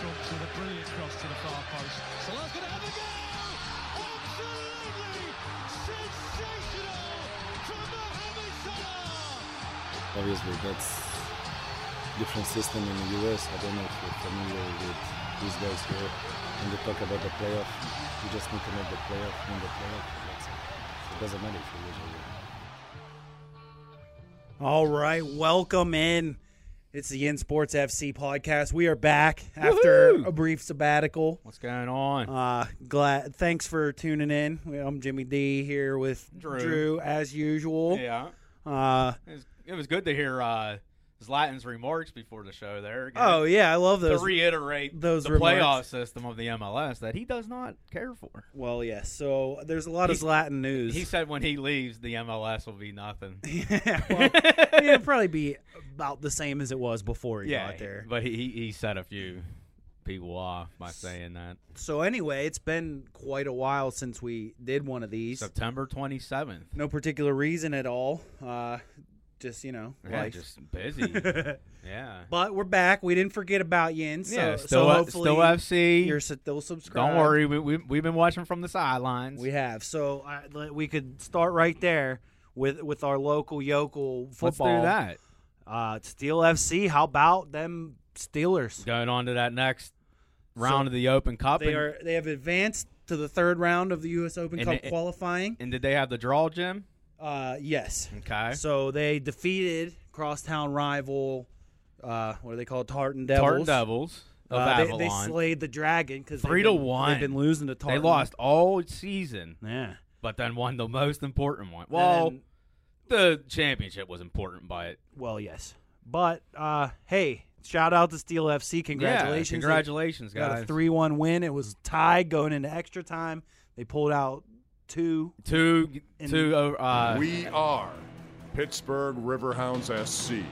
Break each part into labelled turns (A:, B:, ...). A: brilliant cross to the far post. Salah's going to have a go! Absolutely sensational from Mohamed Salah!
B: Obviously, that's different system in the US. I don't know if you're familiar with these guys here. When they talk about the playoff, you just need to make the playoff, win the playoff. That's it. So it doesn't matter if you lose or win.
C: All right, welcome in. It's the In Sports FC podcast. We are back after a brief sabbatical.
D: What's going on?
C: Uh, glad. Thanks for tuning in. Well, I'm Jimmy D here with Drew,
D: Drew.
C: as usual.
D: yeah,
C: Uh,
D: it was, it was good to hear uh, Zlatan's remarks before the show. There, Again,
C: oh yeah, I love
D: to
C: those.
D: reiterate
C: those
D: the
C: remarks.
D: playoff system of the MLS that he does not care for.
C: well, yes. so there's a lot of
D: He-
C: Latin news.
D: He said when he leaves, the MLS will be nothing.
C: yeah, well, it'll probably be about the same as it was before he
D: yeah,
C: got there.
D: but he he- he set a few people off by saying that
C: So anyway, it's been quite a while since we did one of these.
D: September twenty seventh.
C: no particular reason at all. Uh, just you know,
D: Yeah,
C: life.
D: just busy. yeah.
C: But we're back. We didn't forget about you. And so,
D: yeah,
C: so
D: still,
C: hopefully
D: still FC.
C: you're still subscribed.
D: Don't worry, we, we, we've been watching from the sidelines.
C: We have. So I, le- we could start right there with with our local yokel
D: Let's do
C: football.
D: that.
C: Uh, Steel FC. How about them Steelers?
D: Going on to that next round of the Open Cup.
C: They
D: and,
C: are. They have advanced to the third round of the U.S. Open
D: And
C: Cup
D: it-
C: qualifying.
D: and did they have the draw, Jim?
C: Uh, yes.
D: Okay.
C: So they defeated crosstown rival. Uh, what do they call it? Tartan Devils.
D: Tartan Devils of
C: Uh, they,
D: Avalon.
C: they
D: They,
C: slayed the dragon because
D: Three to one.
C: They've been losing to Tartan.
D: lost all season,
C: Yeah.
D: but then won the most important one.
C: Well,
D: Well, the championship was important, but
C: well, yes, but uh, hey, shout out to Steel FC. Congratulations!
D: yeah, congratulations,
C: They got
D: guys.
C: a three-one win. It was tied going into extra time. They pulled out two.
D: two,
C: And-
D: two. Uh,
E: We are Pittsburgh Riverhounds SC,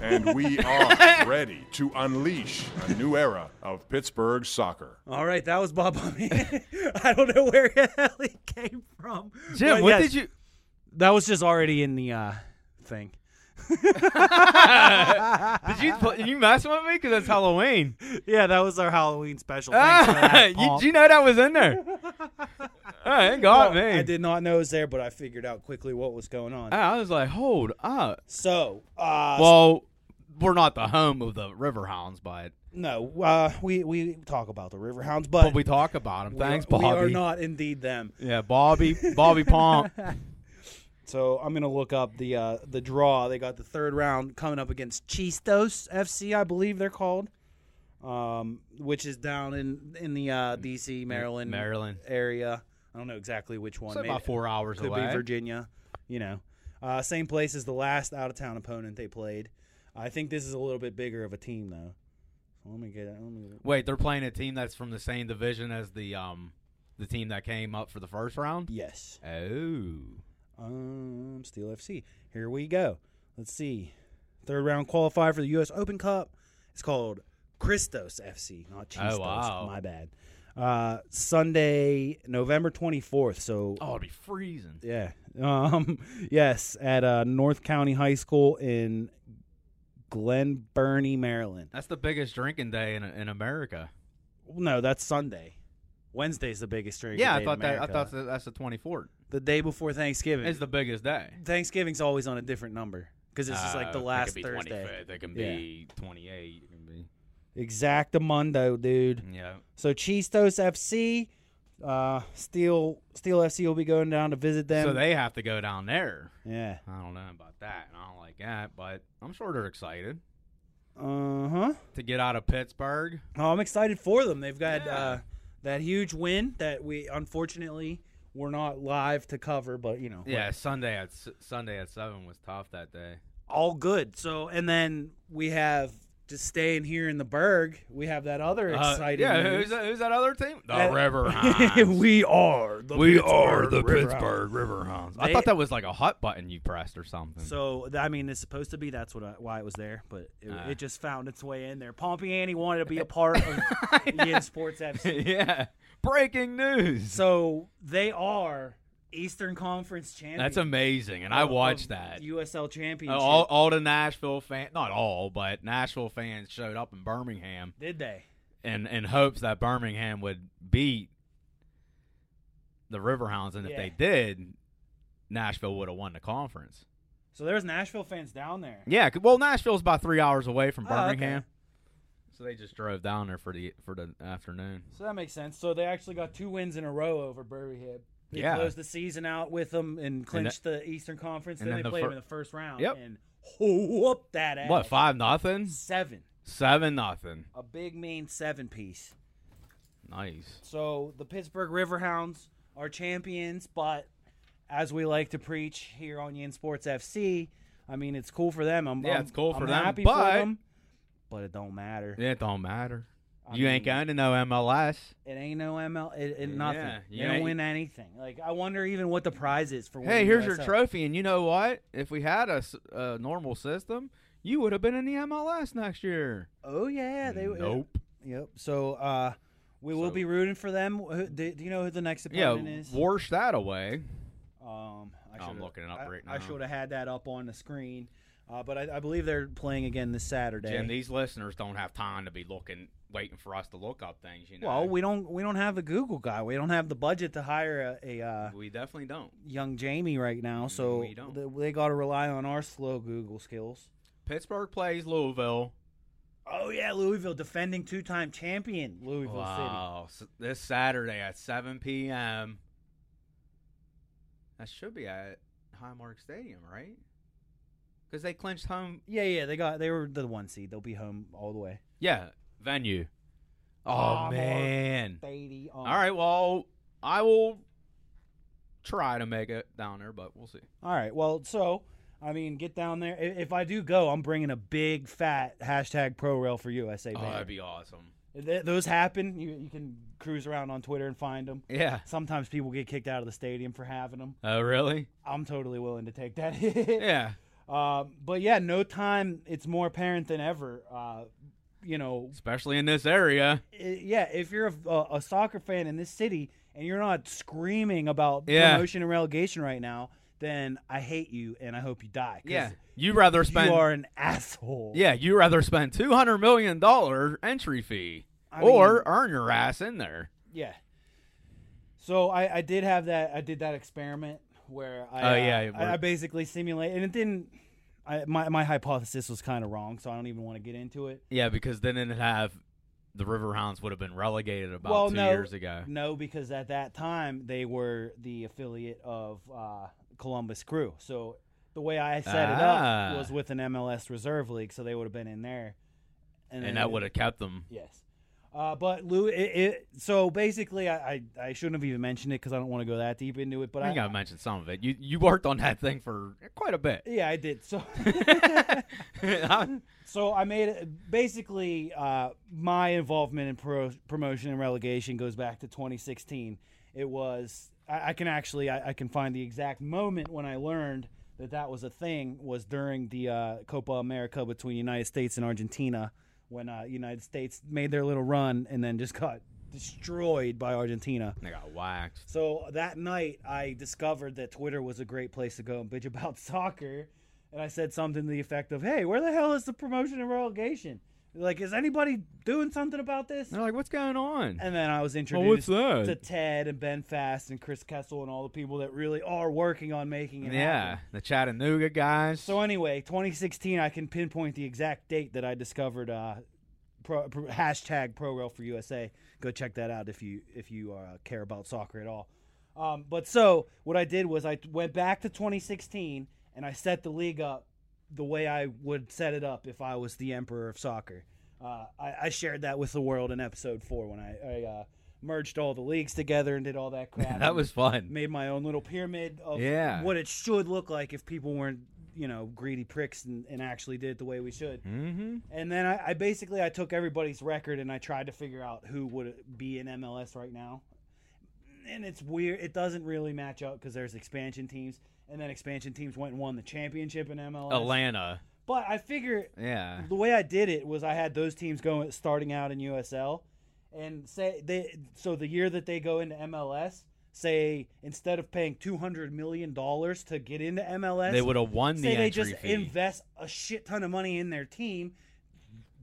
E: and we are ready to unleash a new era of Pittsburgh soccer.
C: All right, that was Bob. I don't know where the hell he came from.
D: Jim,
C: But
D: what
C: yes,
D: did you?
C: That was just already in the uh, thing.
D: Did you? put- You messing with me because it's Halloween.
C: Yeah, that was our Halloween special. Thanks for that,
D: you,
C: Paul.
D: you know that was in there. oh, it got me.
C: I did not know it was there, but I figured out quickly what was going on.
D: I was like, hold up.
C: So, uh,
D: Well, we're not the home of the Riverhounds, but
C: no, uh, we we talk about the Riverhounds, but,
D: but we talk about them.
C: we
D: Thanks,
C: are,
D: Bobby.
C: We are not indeed them.
D: Yeah, Bobby, Bobby Pomp.
C: So I'm gonna look up the uh, the draw. They got the third round coming up against Chistos FC, I believe they're called, um, which is down in in the uh, D.C. Maryland
D: Mm. Maryland.
C: area. I don't know exactly which one.
D: So
C: Maybe-
D: about four hours
C: could
D: away.
C: be Virginia. You know, uh, same place as the last out of town opponent they played. I think this is a little bit bigger of a team though. So let me get let me
D: Wait, they're playing a team that's from the same division as the um the team that came up for the first round.
C: yes.
D: Oh,
C: Um, Steel FC. Here we go. Let's see. Third round qualifier for the U.S. Open Cup. It's called Christos FC, not Chistos.
D: Oh, wow.
C: My bad. Uh, Sunday, November twenty fourth. So
D: oh, it'd be freezing.
C: Yeah. Um, yes, at uh, North County High School in Glen Burnie, Maryland.
D: That's the biggest drinking day in in America.
C: No, that's Sunday. Wednesday's the biggest drink.
D: yeah,
C: day
D: I
C: in
D: thought that. I
C: America.
D: thought that, that's the twenty fourth.
C: the day before Thanksgiving.
D: It's the biggest day.
C: Thanksgiving's always on a different number because it's just like the
D: Uh,
C: last
D: it could be
C: Thursday.
D: 25th, It can
C: Yeah.
D: be twenty eight. It can be
C: Exactamundo, dude.
D: yeah.
C: So Chistos FC, uh, Steel Steel FC will be going down to visit them.
D: So they have to go down there.
C: yeah.
D: I don't know about that. and I don't like that, but I'm sure they're excited
C: Uh huh.
D: to get out of Pittsburgh.
C: Oh, I'm excited for them. They've got
D: Yeah.
C: uh, that huge win that we unfortunately were not live to cover, but you know,
D: Yeah, Sunday at s- Sunday at seven was tough that day.
C: all good. So, and then we have just staying here in the Berg. We have that other
D: Uh,
C: exciting.
D: yeah,
C: news.
D: who's that, who's that other team? The
C: That-
D: Riverhounds.
C: we are the
D: we
C: Pittsburgh
D: are the
C: Riverhounds.
D: Pittsburgh Riverhounds.
C: They-
D: I thought that was like a hot button you pressed or something.
C: So th- I mean, it's supposed to be that's what I, why it was there, but it,
D: Ah.
C: it just found its way in there. Pompeiani wanted to be a part of EN Sports FC.
D: yeah, breaking news.
C: So they are Eastern Conference champions.
D: That's amazing, and I
C: of-
D: watched
C: of
D: that. Oh,
C: USL championship.
D: All, all the Nashville fans, not all, but Nashville fans showed up in Birmingham.
C: did they?
D: in in hopes that Birmingham would beat the Riverhounds, and if
C: Yeah.
D: they did, Nashville would have won the conference.
C: So there's Nashville fans down there.
D: Yeah, 'cause- well, Nashville's about three hours away from
C: Oh, okay.
D: Birmingham, so they just drove down there for the for the afternoon.
C: So that makes sense. So they actually got two wins in a row over Birmingham. They
D: Yeah.
C: closed the season out with them and clinched the Eastern Conference.
D: and
C: Then, they
D: then the
C: played
D: fir-
C: them in the first round
D: Yep.
C: and whooped that ass.
D: What five nothing,
C: Seven.
D: seven nothing.
C: A big mean seven piece.
D: Nice.
C: So the Pittsburgh Riverhounds are champions, but as we like to preach here on Yin Sports FC, I mean it's cool for them. I'm,
D: Yeah,
C: I'm-
D: it's cool for
C: I'm
D: them,
C: happy
D: but-
C: for them, but it don't matter.
D: It don't matter.
C: I
D: you ain't
C: mean,
D: going to no MLS.
C: It ain't no ML. It, it nothing.
D: Yeah,
C: you
D: you
C: don't
D: ain't-
C: win anything. Like I wonder even what the prize is for.
D: Hey,
C: winning
D: here's your
C: USL.
D: trophy, and you know what? If we had a, s- a normal system, you would have been in the MLS next year.
C: Oh yeah, they.
D: nope.
C: Yep. So uh, we will
D: So-
C: be rooting for them. Who- Do, do you know who the next
D: Yeah,
C: opponent is?
D: wash that away.
C: Um, I
D: Oh, I'm
C: should've-
D: looking it up
C: I-
D: right
C: I
D: now.
C: should have had that up on the screen, uh, but I, I believe they're playing again this Saturday.
D: Jim, these listeners don't have time to be looking, waiting for us to look up things. You know,
C: well, we don't we don't have the Google guy. We don't have the budget to hire a, a uh,
D: we definitely don't.
C: young Jamie right now. So
D: we don't.
C: th- they got to rely on our slow Google skills.
D: Pittsburgh plays Louisville.
C: Oh yeah, Louisville defending two time champion Louisville
D: Wow, S- this Saturday at 7 p.m. That should be at Highmark Stadium, right? Because they clinched home
C: City. Yeah, yeah, they got they were the one seed. They'll be home all the way.
D: Yeah, venue. Oh
C: Ah,
D: man.
C: Thady, um,
D: All right, well, I will try to make it down there, but we'll see.
C: All right. Well, so I mean, get down there. I- If I do go, I'm bringing a big fat hashtag ProRail for USA.
D: Oh,
C: banner.
D: that'd be awesome.
C: If th- those happen. You, you can cruise around on Twitter and find them.
D: Yeah.
C: Sometimes people get kicked out of the stadium for having them.
D: Oh, really?
C: I'm totally willing to take that hit.
D: Yeah.
C: Um, but yeah, no time. It's more apparent than ever. Uh, you know,
D: Especially in this area.
C: i yeah. If you're a, a, a soccer fan in this city and you're not screaming about
D: Yeah.
C: promotion and relegation right now, then I hate you and I hope you die. 'cause
D: Yeah. You rather spend
C: you are an asshole.
D: Yeah, you rather spend 200 million dollar entry fee
C: I mean-
D: or earn your ass in there.
C: Yeah. So I, I did have that. I did that experiment where I,
D: Oh,
C: uh,
D: yeah, it
C: I, I
D: worked.
C: basically simulated, and it didn't. I, my my hypothesis was kind of wrong, so I don't even want to get into it.
D: Yeah, because then it'd have the Riverhounds would have been relegated about
C: Well,
D: two
C: no.
D: years ago.
C: No, because at that time they were the affiliate of uh, Columbus Crew. So the way I set it
D: Ah.
C: up was with an MLS reserve league, so they would have been in there,
D: And that would have kept them.
C: Yes. Uh, but Lou, it, it, so basically, I, I, I shouldn't have even mentioned it because I don't want to go that deep into it. But
D: I
C: I,
D: think I mentioned some of it. You you worked on that thing for quite a bit.
C: yeah, I did. So
D: yeah,
C: so I made it, basically uh, my involvement in pro- promotion and relegation goes back to 2016. It was I, I can actually I, I can find the exact moment when I learned that that was a thing was during the uh, Copa America between United States and Argentina when uh, United States made their little run and then just got destroyed by Argentina.
D: they got waxed.
C: So that night, I discovered that Twitter was a great place to go and bitch about soccer. And I said something to the effect of, hey, where the hell is the promotion and relegation? Like, is anybody doing something about this?
D: They're like, what's going on?
C: And then I was
D: oh, what's
C: introduced
D: that?
C: to Ted and Ben Fast and Chris Kessel and all the people that really are working on making it
D: yeah,
C: happen.
D: the Chattanooga guys.
C: So anyway, 2016, I can pinpoint the exact date that I discovered uh, pro, pro, hashtag ProRail for USA. Go check that out if you if you uh, care about soccer at all. Um, but so what I did was I went back to 2016 and I set the league up the way I would set it up if I was the emperor of soccer. Uh, I, I shared that with the world in episode four when I, I uh, merged all the leagues together and did all that crap.
D: that was fun.
C: made my own little pyramid of
D: Yeah.
C: what it should look like if people weren't you know greedy pricks and, and actually did it the way we should
D: Mm-hmm.
C: and then I, I basically i took everybody's record and i tried to figure out who would be in mls right now and it's weird it doesn't really match up because there's expansion teams and then expansion teams went and won the championship in mls
D: Atlanta.
C: but i figure
D: Yeah.
C: the way I did it was I had those teams going starting out in USL, and say they so the year that they go into MLS, say instead of paying two hundred million dollars to get into MLS,
D: They would have won the
C: say they
D: entry
C: just
D: fee.
C: invest a shit ton of money in their team,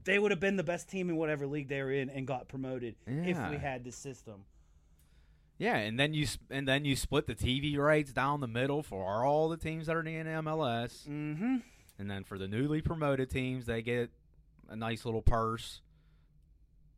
C: they would have been the best team in whatever league they were in and got promoted if we
D: Yeah.
C: had this system.
D: Yeah, and then you sp- and then you split the TV rights down the middle for all the teams that are in the MLS,
C: Mm-hmm.
D: and then for the newly promoted teams, they get a nice little purse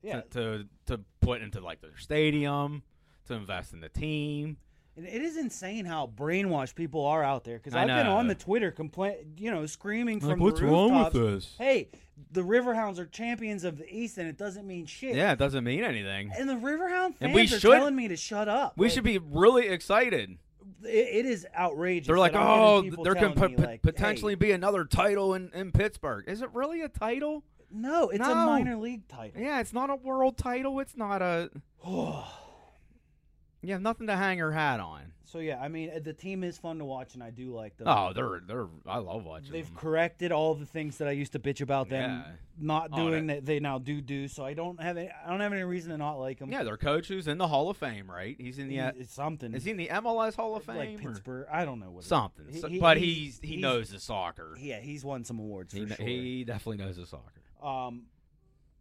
C: Yeah,
D: to, to to put into like their stadium, to invest in the team.
C: And it is insane how brainwashed people are out there. Because
D: I
C: I've been
D: know.
C: on the Twitter complain, you know, screaming from the rooftops,
D: this?
C: Hey, the Riverhounds are champions of the East, and it doesn't mean shit.
D: Yeah, it doesn't mean anything.
C: And the Riverhound
D: And
C: fans
D: we
C: are
D: should-
C: telling me to shut up.
D: We
C: Like,
D: should be really excited.
C: It, it is outrageous.
D: They're like,
C: that I'm getting
D: oh,
C: people
D: there can
C: telling
D: pot-
C: me, like,
D: potentially
C: hey,
D: be another title in, in Pittsburgh. Is it really a title?
C: no, it's a
D: No.
C: minor league title.
D: Yeah, it's not a world title. It's not a. You have nothing to hang your hat on.
C: So yeah, I mean, the team is fun to watch, and I do like them.
D: Oh, they're they're. I love watching
C: They've
D: them.
C: corrected all the things that I used to bitch about them
D: Yeah.
C: not
D: Oh,
C: doing
D: that-
C: that they now do do. So I don't have any, I don't have any reason to not like them.
D: yeah, their coach who's in the Hall of Fame, right? He's in the. uh,
C: it's something.
D: Is he in the MLS Hall of Fame?
C: like
D: or-
C: Pittsburgh? I don't know what. it-
D: something.
C: He-
D: So-
C: he-
D: but
C: he's-
D: he's, he
C: he's-
D: knows the soccer.
C: yeah, he's won some awards for
D: He, kn-
C: sure.
D: he definitely knows the soccer.
C: Um,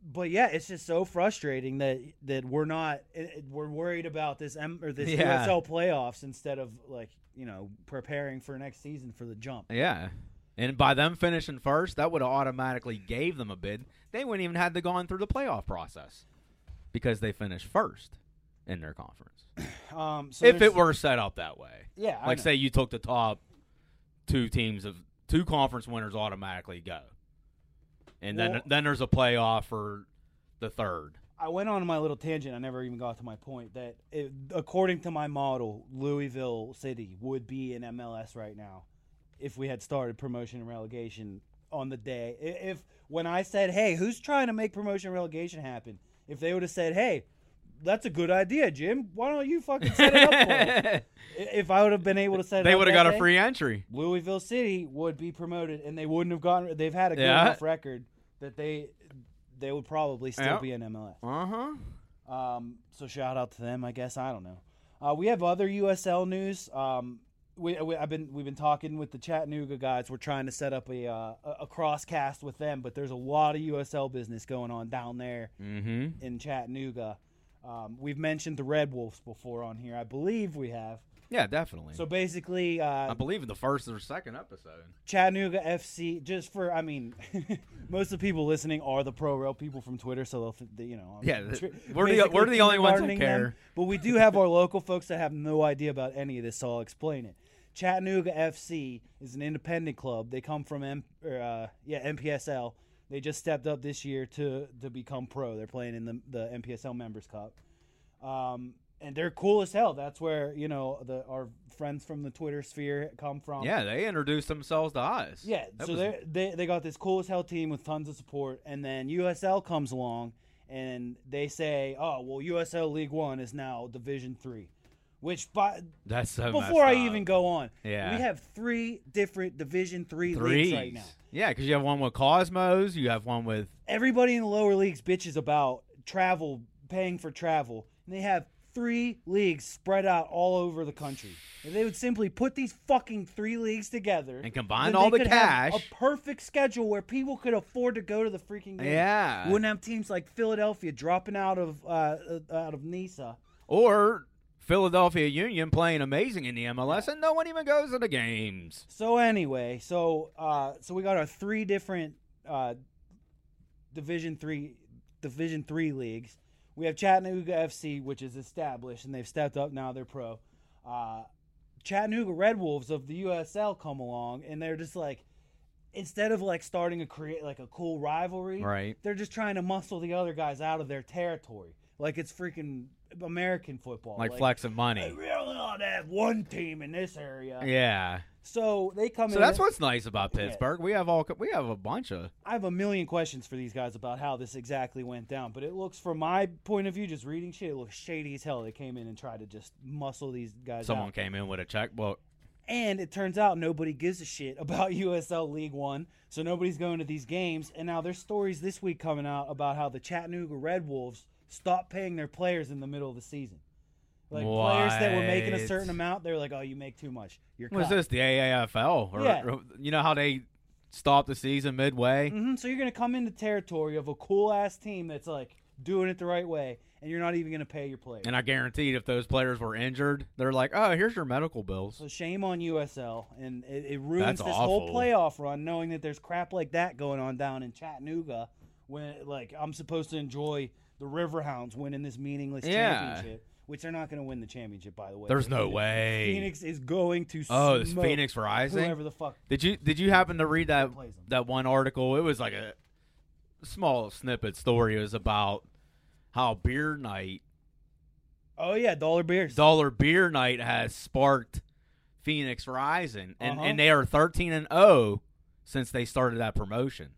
C: but yeah, it's just so frustrating that that we're not it- it- we're worried about this M or this
D: Yeah.
C: USL playoffs instead of like you know preparing for next season for the jump.
D: Yeah, and by them finishing first, that would have automatically gave them a bid. They wouldn't even had to gone through the playoff process because they finished first in their conference.
C: Um, so
D: if
C: there's-
D: it were set up that way,
C: yeah, I
D: like
C: know.
D: say you took the top two teams of two conference winners automatically go, and then
C: Well-
D: then there's a playoff for the third.
C: I went on my little tangent. I never even got to my point that, it, according to my model, Louisville City would be in MLS right now if we had started promotion and relegation on the day. I- If when I said, "Hey, who's trying to make promotion and relegation happen?" If they would have said, "Hey, that's a good idea, Jim. Why don't you fucking set it up for 'em?" I- If I would have been able to set it
D: they
C: would have
D: got a free entry.
C: Louisville City would be promoted, and they wouldn't have gotten. They've had a good
D: Yeah.
C: enough record that they they would probably still
D: Yeah.
C: be in MLS.
D: Uh
C: Uh-huh.
D: huh.
C: Um, so shout out to them, I guess. I don't know. Uh, we have other USL news. Um, we, we I've been we've been talking with the Chattanooga guys. We're trying to set up a uh, a- a crosscast with them, but there's a lot of USL business going on down there
D: Mm-hmm.
C: in Chattanooga. Um, we've mentioned the Red Wolves before on here, I believe we have.
D: Yeah, definitely.
C: So basically,
D: I
C: uh,
D: believe in the first or second episode.
C: Chattanooga FC. Just for I mean, most of the people listening are the pro rail people from Twitter, so they'll th- they, you know. I'm
D: Yeah, th-
C: tri-
D: we're the- we're
C: basically
D: the only ones who
C: kindergartening them.
D: care.
C: but we do have our local folks that have no idea about any of this, so I'll explain it. Chattanooga FC is an independent club. They come from M- or, uh, yeah MPSL. They just stepped up this year to to become pro. They're playing in the the MPSL Members Cup. Um, and they're cool as hell. That's where you know the our friends from the Twitter sphere come from.
D: Yeah, they introduced themselves to us.
C: Um, Yeah,
D: That
C: so
D: was-
C: they they they got this cool as hell team with tons of support, and then USL comes along, and they say, "Oh, well, USL League One is now Division Three, which by
D: that's so
C: before I
D: messed up.
C: even go on,
D: Yeah.
C: we have three different Division Three
D: threes.
C: leagues right now.
D: Yeah, because you have one with Cosmos, you have one with
C: Everybody in the lower leagues bitches about travel, paying for travel, and they have three leagues spread out all over the country. If they would simply put these fucking three leagues together
D: and combine
C: then
D: all
C: they
D: the
C: could have
D: cash.
C: a perfect schedule where people could afford to go to the freaking game.
D: Yeah.
C: wouldn't have teams like Philadelphia dropping out of uh, uh, out of Nisa.
D: Or Philadelphia Union playing amazing in the MLS and no one even goes to the games.
C: So anyway, so uh, so we got our three different uh, division three division three leagues. We have Chattanooga FC, which is established, and they've stepped up now. They're pro. Uh, Chattanooga Red Wolves of the USL come along, and they're just like, instead of like starting a create like a cool rivalry,
D: Right.
C: They're just trying to muscle the other guys out of their territory, like it's freaking American football.
D: Like, flexing
C: Hey,
D: money.
C: we only ought to have one team in this area.
D: Yeah.
C: So they come
D: So
C: in.
D: that's what's nice about Pittsburgh. We have all we have a bunch of
C: I have a million questions for these guys about how this exactly went down, but it looks, from my point of view, just reading shit, it looks shady as hell. They came in and tried to just muscle these guys
D: someone
C: out.
D: came in with a checkbook.
C: And it turns out nobody gives a shit about USL League One, so nobody's going to these games. And now there's stories this week coming out about how the Chattanooga Red Wolves stopped paying their players in the middle of the season. Like players that were making a
D: What?
C: certain amount, they're like, "Oh, you make too much. You're
D: Was
C: cut."
D: this the AAFL? Or,
C: Yeah.
D: or- you know how they stop the season midway.
C: Mhm, so you're going to come into territory of a cool ass team that's like doing it the right way, and you're not even going to pay your players.
D: And I guaranteed if those players were injured, they're like, oh, here's your medical bills.
C: So shame on USL, and it, it ruins
D: That's
C: this whole
D: awful.
C: playoff run knowing that there's crap like that going on down in Chattanooga. When like I'm supposed to enjoy the Riverhounds winning this meaningless
D: Yeah.
C: championship, which they're not going to win the championship, by the way.
D: There's no
C: Phoenix-
D: way.
C: Phoenix is going to.
D: Oh, this
C: smoke
D: Phoenix Rising?
C: Whoever the fuck.
D: Did you did you happen to read that
C: Plays 'em.
D: that one article? It was like a small snippet story. It was about how beer night,
C: Oh yeah, dollar beers.
D: dollar beer night, has sparked Phoenix Rising, and
C: Uh-huh.
D: and they are thirteen and zero since they started that promotion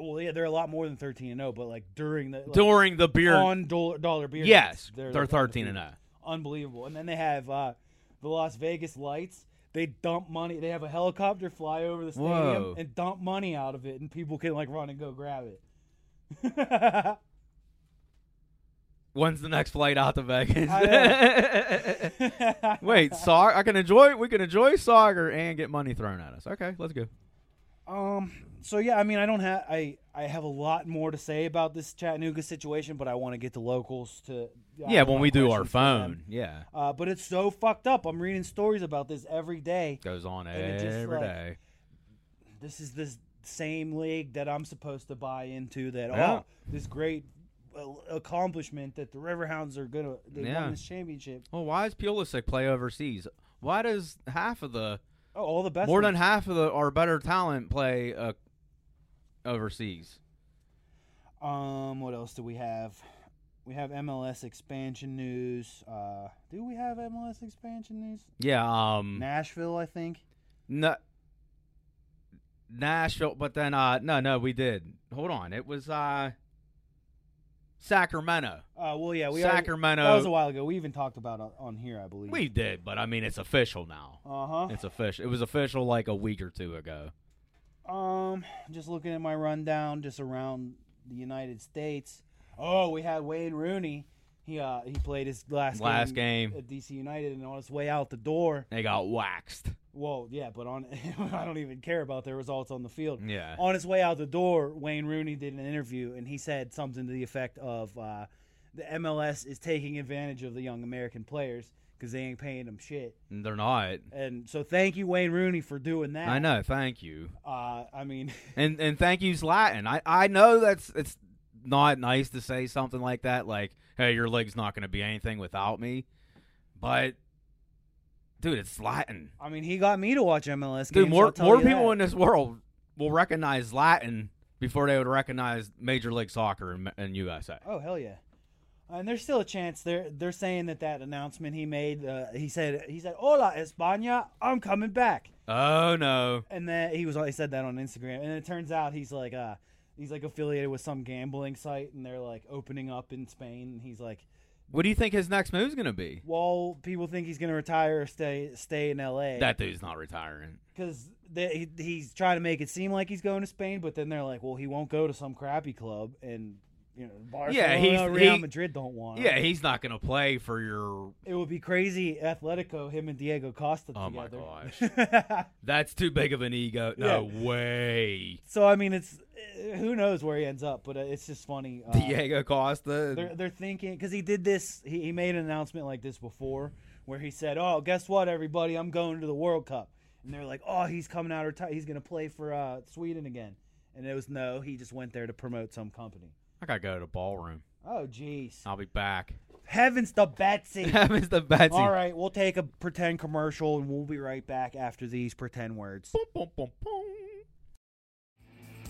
C: well, yeah, they're a lot more than 13 and 0, but like during the like,
D: during the beer.
C: on dollar dollar beer.
D: yes,
C: nights,
D: they're,
C: like,
D: thirteen and oh.
C: undefeated.
D: zero.
C: unbelievable. And then they have uh, the Las Vegas Lights. They dump money. They have a helicopter fly over the stadium
D: Whoa.
C: and dump money out of it, and people can like run and go grab it.
D: When's the next flight out to
C: I
D: Vegas? Wait, soccer. I can enjoy. We can enjoy soccer and get money thrown at us. Okay, let's go.
C: um. So yeah, I mean, I don't have I I have a lot more to say about this Chattanooga situation, but I want to get to locals to I
D: yeah,
C: have
D: when
C: my
D: we do our
C: questions for them.
D: phone. Yeah,
C: Uh, but it's so fucked up. I'm reading stories about this every day.
D: goes on
C: And it just,
D: every
C: like,
D: day.
C: this is this same league that I'm supposed to buy into that
D: Yeah.
C: oh this great uh, accomplishment that the Riverhounds are gonna they
D: Yeah.
C: won this championship.
D: Well, why does Pulisic play overseas? Why does half of the
C: Oh, all the best
D: more than
C: ones.
D: half of the our better talent play uh, overseas?
C: um what else do we have? We have MLS expansion news. Uh, do we have MLS expansion news?
D: Yeah, um,
C: Nashville, I think.
D: Na- Nashville, but then uh, no, no, we did. Hold on, it was uh, Sacramento.
C: Uh, well, yeah, we already-
D: Sacramento.
C: that was a while ago. We even talked about it on here, I believe.
D: we did, but I mean, it's official now.
C: Uh huh.
D: It's official. It was official like a week or two ago.
C: Um, just looking at my rundown, just around the United States. Oh, we had Wayne Rooney. He uh he played his last
D: Last game.
C: at DC United, and on his way out the door.
D: They got waxed.
C: Well, yeah, but on I don't even care about their results on the field.
D: Yeah.
C: On his way out the door, Wayne Rooney did an interview, and he said something to the effect of, uh, "The MLS is taking advantage of the young American players because they ain't paying them shit."
D: They're not.
C: And so, thank you, Wayne Rooney, for doing that.
D: I know. Thank you.
C: Uh, I mean.
D: And and thank yous Latin. I I know that's it's not nice to say something like that. Like, hey, your leg's not going to be anything without me. But dude, it's Latin.
C: I mean, he got me to watch MLS games.
D: Dude, more
C: I'll tell
D: more
C: you
D: people
C: that.
D: in this world will recognize Latin before they would recognize Major League Soccer in, in USA.
C: Oh hell yeah! And there's still a chance. They're they're saying that that announcement he made. Uh, he said he said, "Hola España, I'm coming back."
D: Oh no.
C: And then he was he said that on Instagram. And it turns out he's like uh he's like affiliated with some gambling site, and they're like opening up in Spain. And he's like,
D: What do you think his next move's going to be?
C: "Well, people think he's gonna retire or stay stay in L.A.
D: That dude's not retiring.
C: because he, he's trying to make it seem like he's going to Spain, but then they're like, well, he won't go to some crappy club, and you know, Barcelona,
D: he's-
C: Real
D: he-
C: Madrid don't want. him.
D: Yeah, he's not going to play for your
C: it would be crazy. Atletico, him and Diego Costa
D: Oh my
C: together. gosh!
D: That's too big of an ego. No
C: Yeah.
D: way.
C: so I mean, it's eh, who knows where he ends up, but uh, it's just funny. Uh,
D: Diego Costa.
C: they're they're thinking because he did this. He, he made an announcement like this before, where he said, "Oh, guess what, everybody, I'm going to the World Cup," and they're like, "Oh, he's coming out of reti- he's going to play for uh, Sweden again," and it was no, he just went there to promote some company.
D: I gotta go to the ballroom.
C: Oh, jeez,
D: I'll be back.
C: heavens to Betsy!
D: Happens the Betsy.
C: All right, we'll take a pretend commercial and we'll be right back after these pretend words.
D: Boom, boom, boom, boom.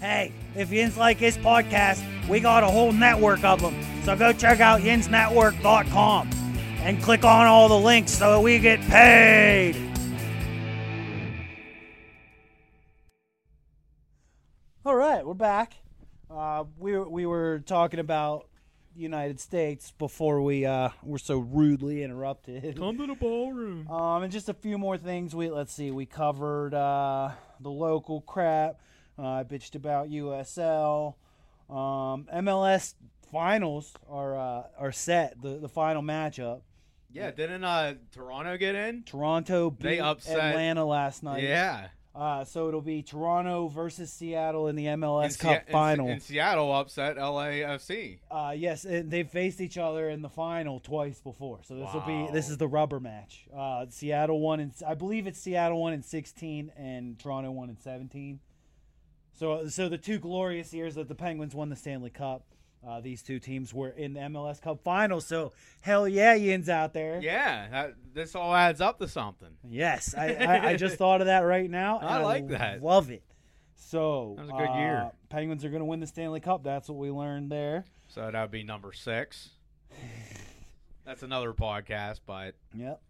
C: Hey, if Yins like his podcast, we got a whole network of them. So go check out yinsnetwork.com and click on all the links so we get paid. All right, we're back. Uh, we, we were talking about United States before we uh, were so rudely interrupted.
D: Come to the ballroom.
C: Um, and just a few more things. We let's see. We covered uh, the local crap. Uh, I bitched about USL. Um, MLS finals are uh, are set. The the final matchup.
D: Yeah, didn't uh Toronto get in?
C: Toronto beat
D: They upset-
C: Atlanta last night.
D: Yeah.
C: Uh, so it'll be Toronto versus Seattle in the MLS
D: In Se-
C: Cup
D: in Se-
C: final.
D: in Seattle upset LAFC.
C: uh, yes, and they've faced each other in the final twice before. So this will be this
D: Wow.
C: is the rubber match. Uh, Seattle won in I believe it's Seattle won in 16 and Toronto won in 17. So so the two glorious years that the Penguins won the Stanley Cup. Uh, these two teams were in the MLS Cup final, so hell yeah, yins out there.
D: Yeah, that, this all adds up to something.
C: Yes, I, I, I just thought of that right now. and
D: I like that.
C: Love it. So uh,
D: That was a good year.
C: Penguins are going to win the Stanley Cup. That's what we learned there.
D: So that would be number six. That's another podcast, but
C: Yep.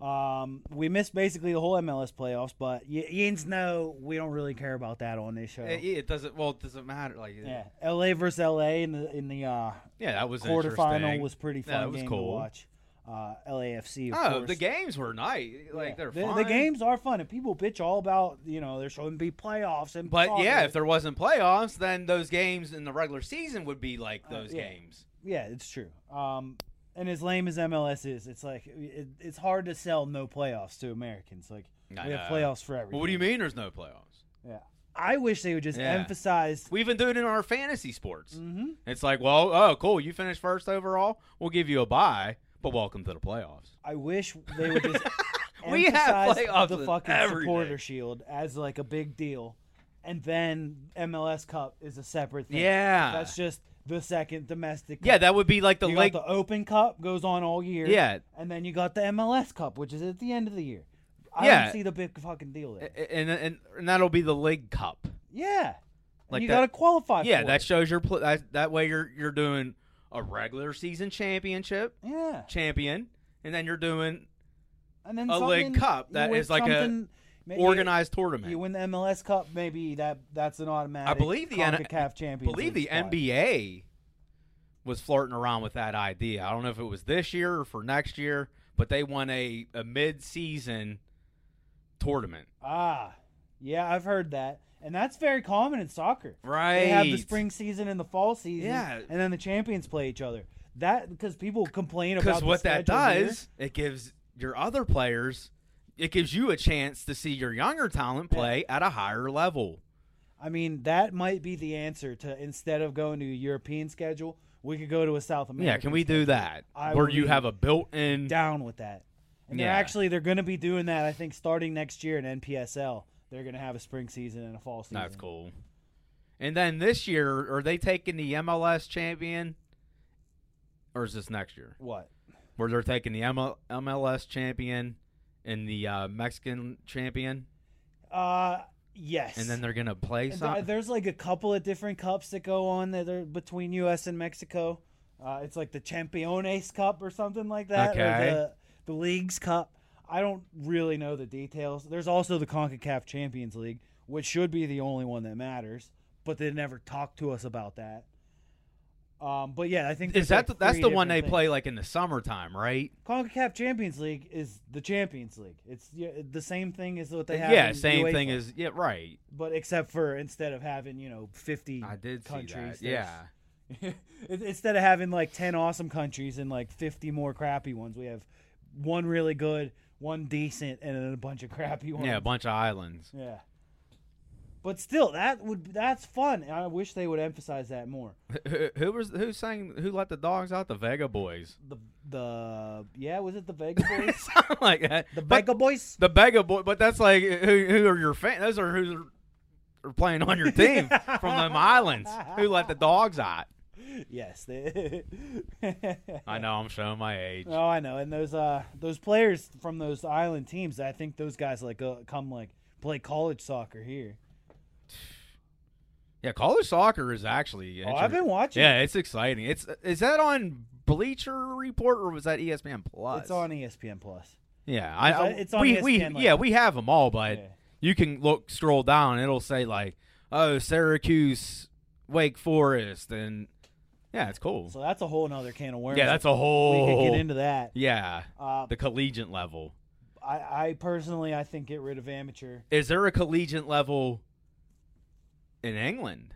C: Um, we missed basically the whole MLS playoffs, but y- Yins know we don't really care about that on this show.
D: it, it doesn't. Well, it doesn't matter. Like,
C: yeah, LA versus LA in the in the uh,
D: yeah, that was
C: quarterfinal
D: interesting.
C: was pretty fun
D: Yeah, it was
C: game to
D: cool.
C: watch. Uh, LAFC. Of
D: Oh,
C: course.
D: the games were nice. Like
C: Yeah.
D: they're
C: the,
D: fun.
C: the games are fun, and people bitch all about you know there shouldn't be playoffs and
D: But yeah,
C: progress.
D: if there wasn't playoffs, then those games in the regular season would be like
C: Uh,
D: those
C: yeah.
D: games.
C: Yeah, it's true. Um, and as lame as MLS is, it's like it, it's hard to sell no playoffs to Americans. Like
D: I
C: we have
D: know.
C: playoffs for everything.
D: Well, what do you mean there's no playoffs?
C: Yeah, I wish they would just
D: Yeah.
C: emphasize.
D: We even do it in our fantasy sports.
C: hmm
D: It's like, well, oh, cool, you finished first overall. We'll give you a bye, but welcome to the playoffs.
C: I wish they would just
D: We have
C: emphasize
D: playoffs
C: the
D: in
C: fucking
D: everything.
C: supporter shield as like a big deal, and then MLS Cup is a separate thing.
D: Yeah,
C: that's just the second domestic.
D: yeah,
C: cup.
D: that would be like the
C: you
D: leg.
C: got the Open Cup goes on all year.
D: yeah,
C: and then you got the MLS Cup, which is at the end of the year. I
D: Yeah. Eh,
C: don't see the big fucking deal there.
D: A- and and, and that'll be the league cup.
C: Yeah.
D: Like
C: Like you
D: that-
C: got to qualify.
D: Yeah,
C: for
D: that
C: it.
D: shows your pl- that, that way you're you're doing a regular season championship
C: yeah.
D: champion, and then you're doing
C: And then
D: a league
C: something-
D: cup
C: you
D: that
C: win
D: is like a
C: something- maybe
D: organized tournament.
C: You win the MLS Cup, maybe that that's an automatic.
D: I believe the N-
C: CONCACAF Champions
D: believe the
C: League spot.
D: NBA was flirting around with that idea. I don't know if it was this year or for next year, but they won a, a mid season tournament.
C: Ah, yeah, I've heard that, and that's very common in soccer.
D: Right.
C: They have the spring season and the fall season,
D: Yeah.
C: and then the champions play each other. That because people complain about
D: Because
C: the
D: what that
C: schedule here.
D: does, it gives your other players, it gives you a chance to see your younger talent play at a higher level.
C: I mean, that might be the answer to instead of going to a European schedule, we could go to a South American.
D: yeah, can we do that?
C: I
D: Where
C: will
D: you
C: be
D: have a built in.
C: down with that. And they're
D: Yeah.
C: actually they're going to be doing that. I think starting next year in NPSL, they're going to have a spring season and a fall season.
D: That's cool. And then this year, are they taking the MLS champion? Or is this next year?
C: What?
D: where they're taking the ML- MLS champion and the uh, Mexican champion,
C: Uh, yes.
D: and then they're gonna play
C: And th-
D: something.
C: there's like a couple of different cups that go on that are between U.S. and Mexico. Uh, it's like the Champions Cup or something like that,
D: Okay.
C: or the the League's Cup. I don't really know the details. There's also the Concacaf Champions League, which should be the only one that matters, but they never talk to us about that. Um, but yeah, I think
D: Is
C: there's, like,
D: that the, that's
C: three
D: the one they
C: different
D: play like in the summertime, right?
C: things. Concacaf Champions League is the Champions League. It's yeah, the same thing as what they have.
D: Yeah,
C: in
D: same
C: UEFA.
D: thing as yeah, right.
C: but except for instead of having you know 50
D: I did
C: Mm,
D: see
C: countries
D: that. Yeah,
C: there's- In- instead of having like 10 awesome countries and like 50 more crappy ones we have one really good one decent and then a bunch of crappy ones
D: yeah, a bunch of islands.
C: yeah but still that would that's fun and i wish they would emphasize that more
D: Who, who was who sang? Who let the dogs out? The Vega Boys.
C: the the yeah was it the vega boys
D: Sound like that.
C: the
D: But-
C: vega boys
D: The Vega Boy, but that's like who who are your fan? Those are who are playing on your team from them islands. Who let the dogs out?
C: yes they
D: I know I'm showing my age.
C: Oh, I know. And those uh those players from those island teams, I think those guys like uh, come like play college soccer here.
D: Yeah, college soccer is actually.
C: Oh, I've been watching.
D: Yeah, it's exciting. It's is that on Bleacher Report or was that E ESPN Plus?
C: It's on E ESPN Plus.
D: Yeah, I, I
C: on- it's on E
D: we, we
C: ESPN, like-
D: yeah we have them all, but
C: Yeah.
D: you can look scroll down. It'll say like oh Syracuse, Wake Forest, and yeah, it's cool.
C: So that's a whole nother can of worms.
D: yeah, that's a
C: we
D: whole.
C: could get into that.
D: yeah,
C: Uh,
D: the collegiate level.
C: I, I personally I think get rid of amateur.
D: Is there a collegiate level in England?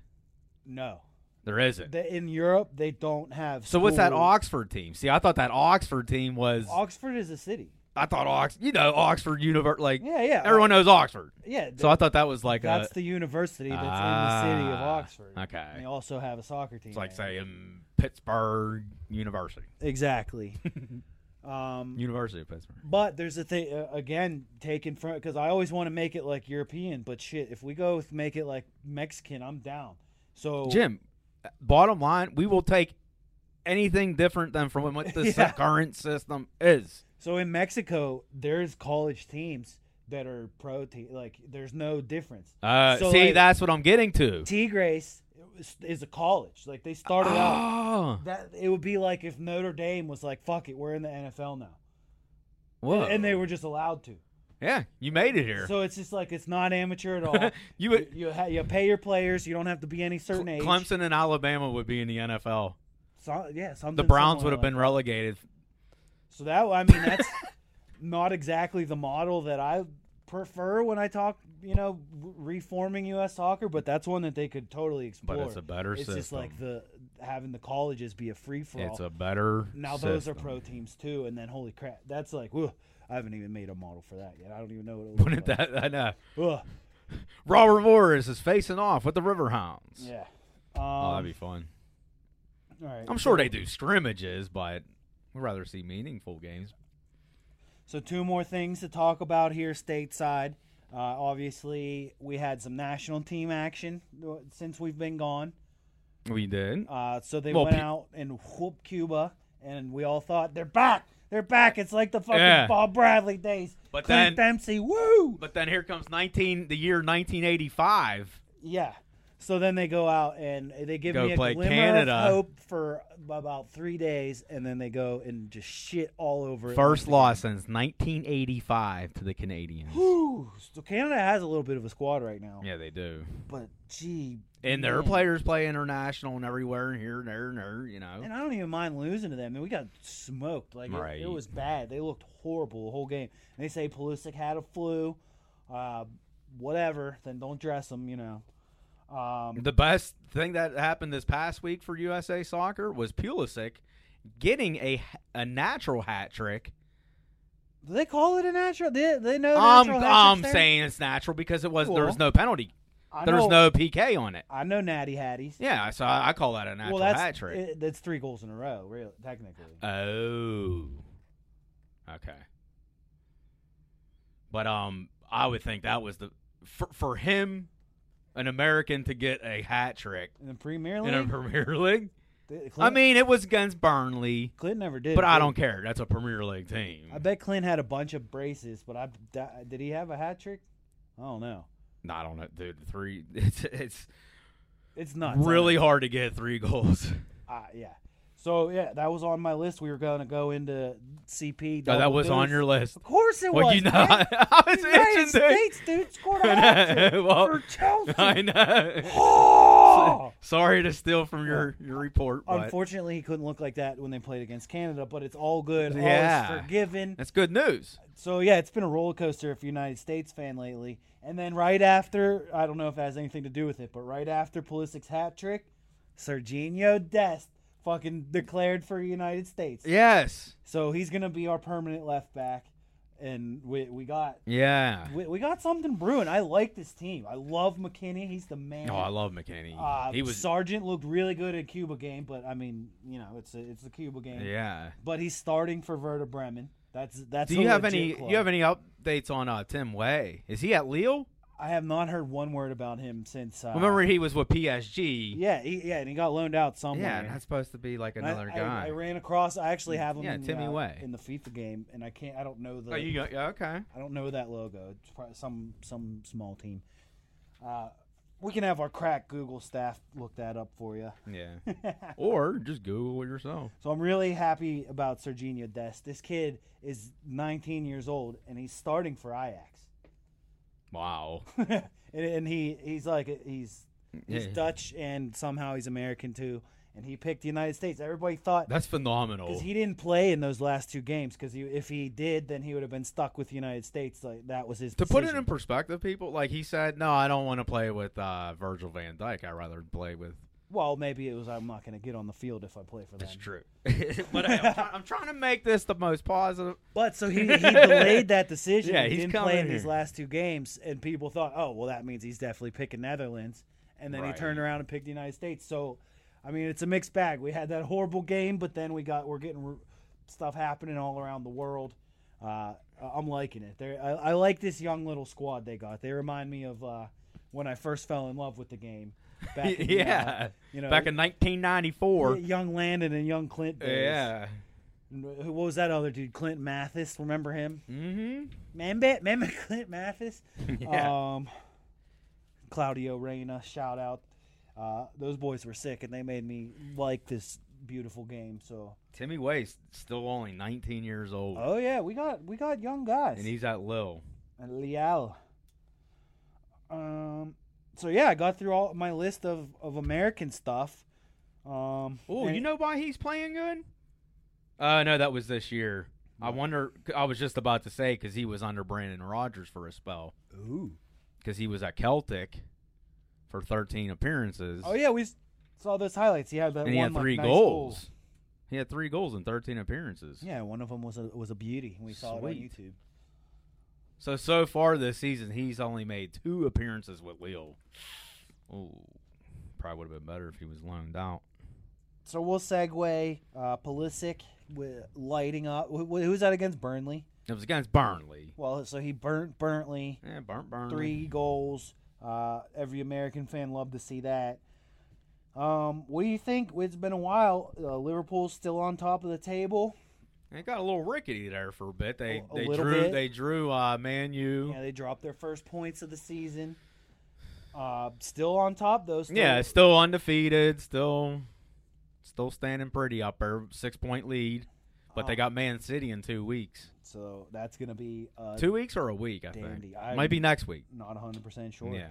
C: No.
D: There isn't.
C: The, in Europe they don't have
D: so what's that
C: school-
D: Oxford team? See, I thought that Oxford team was
C: Oxford is a city.
D: I thought Ox, you know, Oxford University. Like
C: Yeah, yeah.
D: everyone knows Oxford,
C: Yeah.
D: so I uh, thought that was like
C: that's
D: a.
C: the university that's in the city of
D: Ah,
C: Oxford.
D: okay.
C: And they also have a soccer team.
D: it's like uh,
C: there.
D: saying Pittsburgh University,
C: Exactly. um,
D: University of Pittsburgh.
C: But there's a thing uh, again taken from because I always want to make it like European, but shit, if we go with make it like Mexican, I'm down. So
D: Jim, bottom line, we will take anything different than from what the
C: Yeah.
D: current system is.
C: so in Mexico, there's college teams that are pro team. Like there's no difference.
D: Uh,
C: So,
D: see,
C: like,
D: that's what I'm getting to.
C: Tigres is- is a college. Like they started out
D: Oh,
C: that it would be like if Notre Dame was like, "Fuck it, we're in the NFL now,"
D: whoa.
C: and they were just allowed to.
D: yeah, you made it here.
C: So it's just like it's not amateur at all.
D: you
C: you
D: would-
C: you, ha- you pay your players. You don't have to be any certain age.
D: Clemson and Alabama would be in the NFL.
C: So- yeah, something
D: The Browns
C: similar
D: would have
C: like
D: been relegated.
C: So that I mean that's not exactly the model that I prefer when I talk, you know, re- reforming U.S. soccer, but that's one that they could totally explore.
D: it's a better
C: It's just like the having the colleges be a free for
D: It's
C: all.
D: a better.
C: Now those are
D: system.
C: pro teams too, and then holy crap, that's like, whew, I haven't even made a model for that yet. I don't even know what it
D: Put it
C: looks like.
D: that I know.
C: Ugh,
D: Robert Morris is facing off with the Riverhounds.
C: yeah.
D: Oh, that'd
C: Um,
D: be fun.
C: all right.
D: I'm sure they do scrimmages, but we'd rather see meaningful games.
C: So two more things to talk about here stateside. Uh, obviously, we had some national team action uh, since we've been gone.
D: We did.
C: Uh, so they
D: Well,
C: went
D: pe-
C: out and whooped Cuba, and we all thought they're back, they're back. It's like the fucking
D: Yeah.
C: Bob Bradley days.
D: But
C: Clint
D: then-
C: Dempsey, woo,
D: But then here comes 19, the year 1985.
C: yeah. So then they go out and they give
D: Go
C: me a
D: play
C: glimmer
D: Canada.
C: of hope for about three days, and then they go and just shit all over. it
D: First
C: once
D: loss since 1985 to the Canadians.
C: again. Whew. So Canada has a little bit of a squad right now,
D: Yeah, they do.
C: but gee,
D: And their
C: man.
D: players play international and everywhere and here and there and there, you know.
C: And I don't even mind losing to them. I mean, we got smoked. Like it- it,
D: Right.
C: was bad. They looked horrible the whole game. And they say Pulisic had a flu, uh, whatever. Then don't dress them. You know. Um,
D: The best thing that happened this past week for USA Soccer was Pulisic getting a a natural hat trick.
C: do they call it a natural? They, they know.
D: I'm
C: natural hat
D: I'm
C: tricks there?
D: saying it's natural because it was there was
C: Cool.
D: no penalty.
C: I
D: There was
C: know-
D: no PK on it.
C: I know Natty Hatties.
D: Yeah, so I, I call that a natural
C: well, that's
D: hat trick.
C: it- that's three goals in a row, really, technically.
D: Oh. Okay. But um I would think that was the for, for him an American to get a hat trick
C: in the Premier League.
D: in a Premier League.
C: th- Clint,
D: I mean, it was against Burnley,
C: Clint never did.
D: but
C: did
D: I
C: he?
D: don't care. That's a Premier League team.
C: I bet Clint had a bunch of braces, but I d- did he have a hat trick? I don't know.
D: No, I don't know, dude. the Three. It's it's
C: It's nuts. I know.
D: really hard to get three goals.
C: Uh, yeah. So yeah, that was on my list. We were going to go into CP.
D: No, Oh, that
C: double
D: was on
C: dudes.
D: your list.
C: Of course it
D: Well,
C: was.
D: you know,
C: man.
D: I, I was
C: United
D: itching, dude.
C: States dude scored a hat trick
D: Well,
C: for Chelsea.
D: I know.
C: Oh!
D: Sorry to steal from your your report. But
C: Unfortunately, he couldn't look like that when they played against Canada, but it's all good. All is
D: Yeah.
C: forgiven.
D: That's good news.
C: So yeah, it's been a roller coaster if you're a United States fan lately. And then right after, I don't know if it has anything to do with it, but right after Pulisic's hat trick, Serginho Dest fucking declared for United States.
D: Yes.
C: So he's gonna be our permanent left back, and we we got
D: Yeah.
C: we, we got something brewing. I like this team. I love McKinney. He's the man.
D: Oh, I love McKinney.
C: uh,
D: he was.
C: Sargent looked really good in Cuba game, but I mean, you know, it's a, it's the Cuba game.
D: Yeah.
C: But he's starting for Werder Bremen. That's that's.
D: Do
C: a
D: you have
C: legit
D: any?
C: club.
D: You have any updates on uh, Tim Way? Is he at Lille?
C: I have not heard one word about him since. Uh,
D: Remember, he was with PSG.
C: Yeah, he, yeah, and he got loaned out somewhere.
D: Yeah, and that's supposed to be like
C: And I-
D: another
C: I,
D: guy.
C: I, ran across. I actually have him.
D: Yeah,
C: in, the,
D: Timmy
C: uh,
D: Way.
C: in the FIFA game, and I can't. I don't know the.
D: Oh, you got- yeah, okay.
C: I don't know that logo. It's probably some some small team. Uh, we can have our crack Google staff look that up for you.
D: Yeah. or just Google it yourself.
C: So I'm really happy about Serginho Dest. This kid is 19 years old and he's starting for Ajax.
D: Wow.
C: and, and he he's like he's he's
D: Yeah.
C: Dutch and somehow he's American too. And he picked the United States. Everybody thought
D: That's phenomenal.
C: because he didn't play in those last two games. Because if he did, then he would have been stuck with the United States. Like that was his.
D: to put it
C: decision.
D: in perspective, people, like he said, no, I don't want to play with uh, Virgil van Dyke. I'd rather play with
C: Well, maybe it was I'm not going to get on the field if I play for them.
D: That's true. but hey, I'm, try- I'm trying to make this the most positive.
C: But so he, he delayed that decision.
D: Yeah,
C: and
D: he's
C: didn't
D: coming
C: play in these
D: here.
C: last two games, and people thought, oh, well, that means he's definitely picking Netherlands. And then
D: Right.
C: he turned around and picked the United States. So, I mean, it's a mixed bag. We had that horrible game, but then we got we're getting r- stuff happening all around the world. Uh, I'm liking it. They're, I, I like this young little squad they got. They remind me of uh, when I first fell in love with the game. Back in, uh,
D: yeah,
C: you know,
D: back in 1994.
C: young Landon and young Clint. Days.
D: Yeah.
C: And wh- What was that other dude? Clint Mathis. Remember him?
D: Mm-hmm.
C: Remember, remember Clint Mathis?
D: Yeah.
C: Um, Claudio Reyna, shout out. Uh, those boys were sick, and they made me like this beautiful game. So,
D: Timmy Waste still only 19 years old,
C: oh yeah, we got we got young guys.
D: and he's at Lil.
C: and Leal. Um, so yeah, I got through all my list of of American stuff. Um,
D: Oh,
C: and-
D: you know why he's playing good? Uh, no, that was this year. I wonder. I was just about to say because he was under Brandon Rogers for a spell
C: Ooh.
D: because he was at Celtic for 13 appearances.
C: Oh yeah, we s- saw those highlights. He had that
D: and he
C: one
D: had
C: like,
D: three
C: nice
D: goals.
C: goal.
D: He had three goals in 13 appearances.
C: Yeah, one of them was a was a beauty. We saw it on
D: Sweet.
C: YouTube.
D: So so far this season, he's only made two appearances with Lille. Ooh, probably would have been better if he was loaned out.
C: So we'll segue uh, Pulisic with lighting up. Wh- wh- Who's that against Burnley?
D: It was against Burnley.
C: Well, so he burnt Burnley
D: Yeah, burnt Burnley.
C: three goals. Uh, every American fan loved to see that. Um, what do you think? It's been a while. Uh, Liverpool's still on top of the table.
D: It got a little rickety there for a bit. They
C: A- a
D: they
C: little
D: drew
C: bit.
D: they drew uh, Man U.
C: Yeah, they dropped their first points of the season. Uh, still on top though. Still,
D: Yeah, still undefeated, still still standing pretty up there, six point lead. But they
C: Um,
D: got Man City in two weeks.
C: So that's gonna be uh,
D: Two weeks or a week, I
C: dandy.
D: think.
C: I'm
D: Might be next week.
C: not 100 percent sure.
D: Yeah,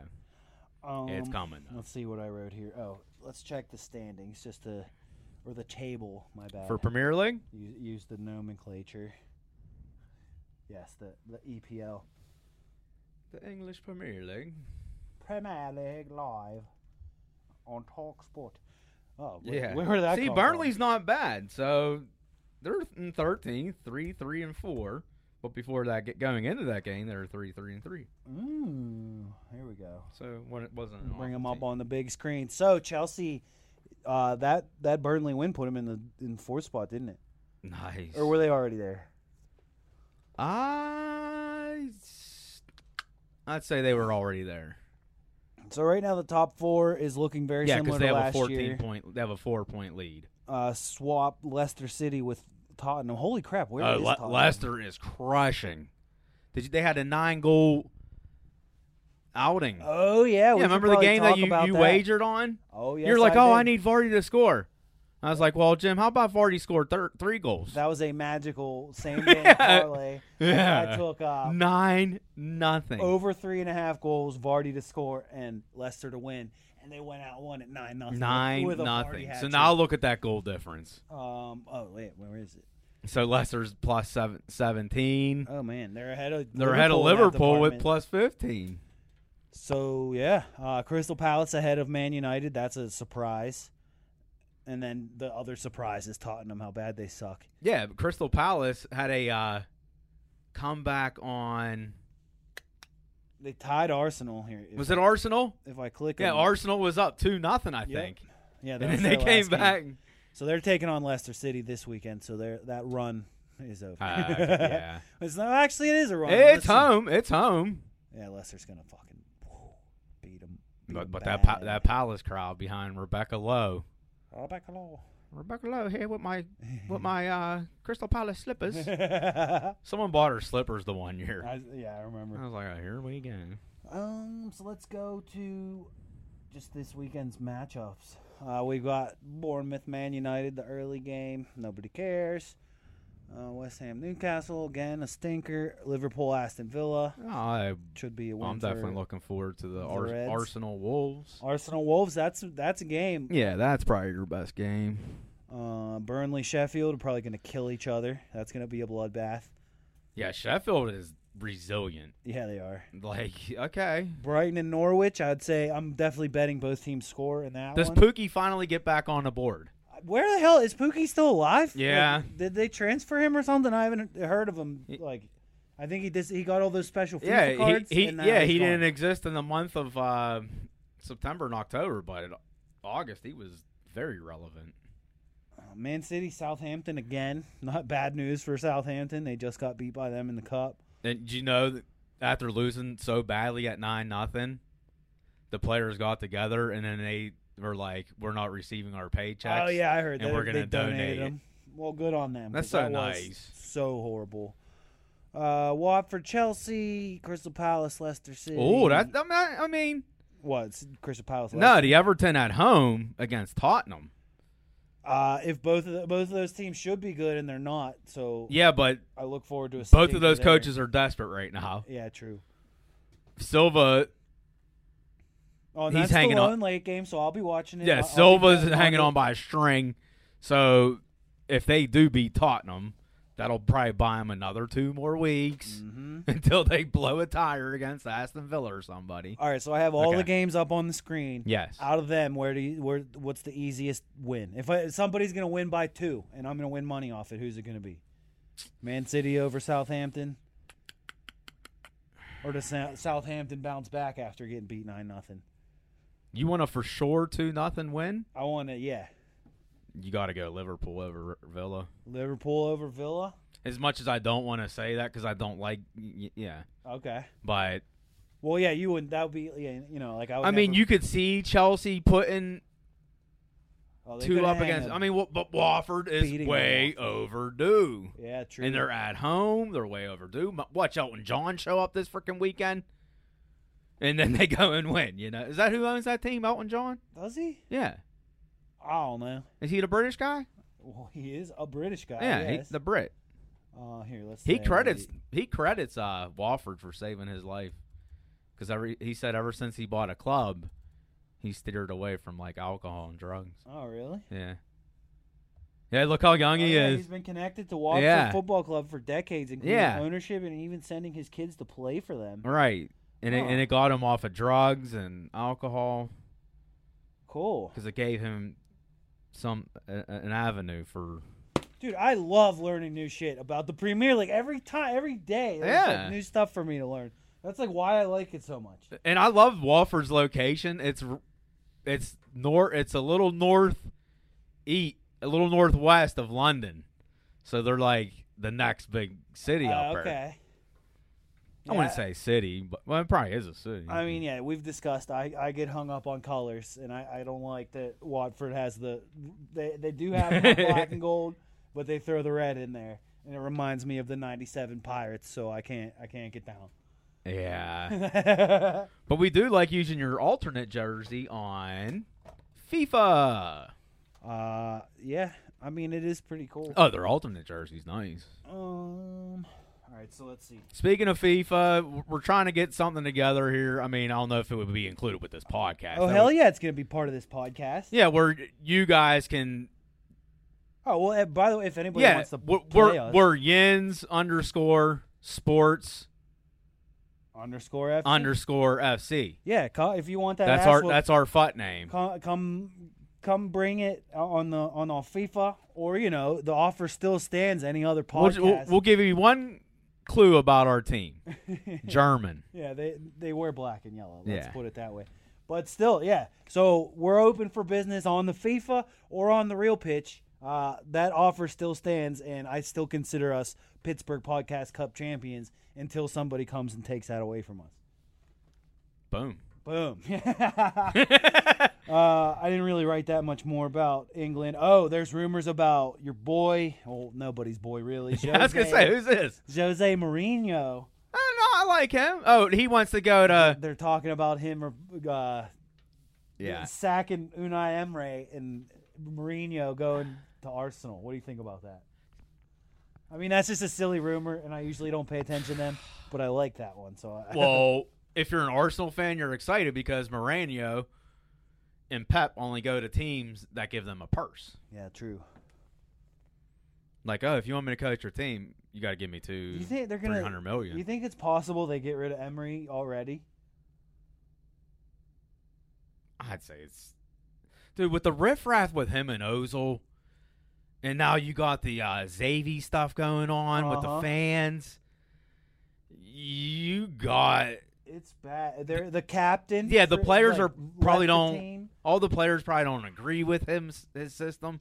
C: um,
D: it's coming.
C: Let's see what I wrote here. Oh, let's check the standings just to, or the table. My bad.
D: For Premier League,
C: U- use the nomenclature. Yes, the the E EPL
D: the English Premier League.
C: Premier League live on Talk Sport. Oh, wh-
D: Yeah,
C: Where did that
D: See,
C: come
D: Burnley's not bad. So they're in 13, 3, 3, and four. But before that, get going into that game, they were three, three, and three.
C: From? Mm, here we go.
D: So when it wasn't an
C: Bring
D: awful
C: them up
D: team.
C: on the big screen. So Chelsea, uh, that that Burnley win put them in the in fourth spot, didn't it?
D: Nice.
C: Or were they already there?
D: I, I'd say they were already there.
C: So right now the top four is looking very
D: yeah,
C: similar to
D: they have a
C: last
D: fourteen
C: year.
D: point. They have a four point lead.
C: uh, swap Leicester City with Tottenham. Holy crap! Where
D: Uh,
C: is
D: Le-
C: Tottenham?
D: Leicester is crushing. Did you, they had a nine goal outing?
C: Oh yeah, we
D: yeah,
C: should
D: remember the
C: probably
D: game that
C: talk
D: you,
C: about
D: you wagered on?
C: Oh yeah,
D: You're like, oh, I need Vardy to score. I was like, well, Jim, how about Vardy scored thir- three goals?
C: That was a magical same game
D: Yeah.
C: parlay. I
D: Yeah.
C: took uh,
D: Nine nothing.
C: over three and a half goals, Vardy to score, and Leicester to win, and they went out one at nine nothing.
D: Nine
C: with a Vardy
D: nothing. So
C: hat-trick.
D: now look at that goal difference.
C: um, oh wait, where is it?
D: So Leicester's plus seven, 17.
C: Oh man, they're ahead of
D: They're ahead of
C: in that
D: Liverpool with
C: department.
D: plus 15.
C: So yeah, uh, Crystal Palace ahead of Man United. That's a surprise. And then the other surprise is Tottenham. How bad they suck.
D: Yeah, but Crystal Palace had a uh, comeback on.
C: They tied Arsenal here. If,
D: Was it Arsenal?
C: if I click,
D: Yeah,
C: on,
D: Arsenal was up 2 nothing, I
C: Yep.
D: think.
C: yeah, that
D: And then
C: was
D: they
C: their last
D: came
C: game.
D: back.
C: So they're taking on Leicester City this weekend. So their that run is over.
D: Ah, yeah.
C: it's not actually. It is a run.
D: It's
C: Let's see.
D: home. It's home.
C: Yeah, Leicester's gonna fucking whoa, beat them.
D: But, but that pa- that Palace crowd behind Rebecca Lowe.
C: Rebecca Law.
D: Rebecca Lowe here with my with my uh, Crystal Palace slippers. Someone bought her slippers the one year.
C: I, yeah, I remember.
D: I was like, oh, here we go.
C: Um, so let's go to just this weekend's matchups. Uh, we got Bournemouth Man United, the early game. Nobody cares. Uh, West Ham Newcastle again, a stinker. Liverpool Aston Villa
D: Oh, I,
C: should be a win.
D: am
C: for
D: Oh, definitely looking forward to the, Ars-
C: Reds.
D: Arsenal Wolves.
C: Arsenal Wolves. That's that's a game.
D: Yeah, that's probably your best game.
C: Uh, Burnley Sheffield are probably going to kill each other. That's going to be a bloodbath.
D: Yeah, Sheffield is resilient.
C: Yeah, they are.
D: Like, okay.
C: Brighton and Norwich, I'd say I'm definitely betting both teams score in that
D: Does
C: one.
D: Pookie finally get back on the board?
C: Where the hell is Pookie still alive? Like,
D: Yeah.
C: did they transfer him or something? I haven't heard of him. Like, I think he dis- he got all those special FIFA
D: yeah,
C: cards. uh,
D: he, he
C: and now
D: yeah
C: he's
D: he
C: gone.
D: didn't exist in the month of uh, September and October, but in August he was very relevant.
C: Uh, Man City, Southampton again. Not bad news for Southampton. They just got beat by them in the cup.
D: And do you know that after losing so badly at nine nothing, the players got together and then they were like, "We're not receiving our paychecks."
C: Oh yeah, I heard
D: and
C: that
D: we're
C: they
D: gonna
C: donated
D: donate it.
C: them. Well, good on them.
D: That's
C: 'cause that was
D: so nice.
C: So horrible. Uh, Watford, Chelsea, Crystal Palace, Leicester City.
D: Oh, that I mean, I mean
C: what? it's Crystal Palace.
D: no, the Everton at home against Tottenham.
C: Uh, if both of the, both of those teams should be good and they're not, so
D: Yeah, but
C: I look forward to a
D: both
C: stinker
D: of those
C: there.
D: coaches are desperate right now.
C: Yeah, true.
D: Silva,
C: Oh, and
D: He's
C: that's
D: hanging
C: the
D: on-
C: one late game, so I'll be watching it.
D: yeah,
C: I'll- I'll be
D: Silva's
C: betting
D: hanging
C: it.
D: on by a string. So if they do beat Tottenham, that'll probably buy them another two more weeks
C: Mm-hmm.
D: until they blow a tire against Aston Villa or somebody.
C: All right, so I have all
D: Okay.
C: the games up on the screen.
D: Yes.
C: Out of them, where do you, where what's the easiest win? If I, somebody's going to win by two, and I'm going to win money off it, who's it going to be? Man City over Southampton, or does Sa- Southampton bounce back after getting beat nine nothing?
D: You want a for sure two nothing win?
C: I want to, yeah.
D: You got to go Liverpool over Villa.
C: Liverpool over Villa.
D: As much as I don't want to say that because I don't like, y- yeah,
C: Okay.
D: but
C: Well, yeah, you wouldn't. That would be, yeah, you know, like I. Would
D: I mean,
C: never-
D: you could see Chelsea putting
C: oh, they
D: two
C: could
D: up
C: hang
D: against.
C: them.
D: I mean, wa- but Wofford is
C: Beating
D: way
C: Watford.
D: overdue,
C: yeah, true.
D: and they're at home. They're way overdue. M- Watch Elton John show up this freaking weekend, and then they go and win. You know, is that who owns that team? Elton John?
C: Does he?
D: Yeah,
C: I don't know.
D: is he the British guy?
C: Well, he is a British guy.
D: yeah, he,
C: Uh, yes.
D: the Brit.
C: Uh, here, let's.
D: He
C: say
D: credits
C: that
D: he credits uh, Wofford for saving his life because every he said ever since he bought a club, he steered away from like alcohol and drugs.
C: he- Oh, really?
D: Yeah, yeah. Look how young
C: Oh,
D: he
C: yeah,
D: is.
C: He's been connected to Watford
D: Yeah.
C: Football Club for decades, including
D: Yeah.
C: ownership and even sending his kids to play for them.
D: Right, and it, and
C: Huh.
D: it got him off of drugs and alcohol
C: Cool,
D: because it gave him some a, a- an avenue for.
C: dude. I love learning new shit about the Premier League every time, every day. There's like,
D: Yeah.
C: new stuff for me to learn. That's like why I like it so much.
D: And I love Wofford's location. It's r- it's north. It's a little north eat a little northwest of London, so they're like the next big city
C: Uh,
D: up there.
C: okay.
D: I wouldn't
C: Yeah.
D: say city, but well, it probably is a city.
C: I mean, yeah, we've discussed. I, I get hung up on colors, and I, I don't like that Watford has the. They, they do have the black and gold, but they throw the red in there, and it reminds me of the '97 Pirates. So I can't I can't get down.
D: yeah. But we do like using your alternate jersey on FIFA.
C: uh, yeah, I mean it is pretty cool.
D: Oh, their alternate jersey's nice.
C: Um, all right, so let's see.
D: Speaking of FIFA, w- we're trying to get something together here. I mean, I don't know if it would be included with this podcast.
C: Oh
D: That
C: hell
D: would-
C: yeah, it's gonna be part of this podcast.
D: Yeah, where you guys can
C: Oh well, eh, by the way, if anybody
D: yeah,
C: wants to
D: we're,
C: play
D: we're,
C: us,
D: we're yins underscore sports
C: underscore F
D: underscore FC.
C: Yeah, co- if you want that,
D: That's
C: ass
D: our
C: whoop-
D: that's our fut name.
C: come come come bring it on the on all FIFA or you know the offer still stands any other
D: We'll,
C: podcast.
D: we'll, we'll give you one clue about our team. German.
C: yeah, they they wear black and yellow. Let's
D: Yeah.
C: put it that way. But still, yeah. So we're open for business on the FIFA or on the real pitch. Uh, that offer still stands, and I still consider us Pittsburgh Podcast Cup champions until somebody comes and takes that away from us.
D: Boom.
C: Boom. uh, I didn't really write that much more about England. Oh, there's rumors about your boy. Well, nobody's boy, really. Jose,
D: I was gonna say, who's this?
C: Jose Mourinho.
D: I don't know. I like him. Oh, he wants to go to
C: They're talking about him uh,
D: yeah.
C: sacking Unai Emre and Mourinho going to Arsenal. What do you think about that? I mean, that's just a silly rumor, and I usually don't pay attention to them, but I like that one. So I,
D: Well, if you're an Arsenal fan, you're excited because Mourinho and Pep only go to teams that give them a purse.
C: yeah, true.
D: Like, oh, if you want me to coach your team, you got to give me two.
C: You think they're gonna?
D: 300 million.
C: You think it's possible they get rid of Emery already?
D: I'd say it's dude with the riffraff with him and Ozil, and now you got the uh, Xavi stuff going on with the
C: Uh-huh.
D: fans. You got
C: It's bad. They're the captain.
D: yeah. The
C: for-
D: players
C: like,
D: are probably
C: left the
D: don't.
C: team.
D: All the players probably don't agree with him. His system,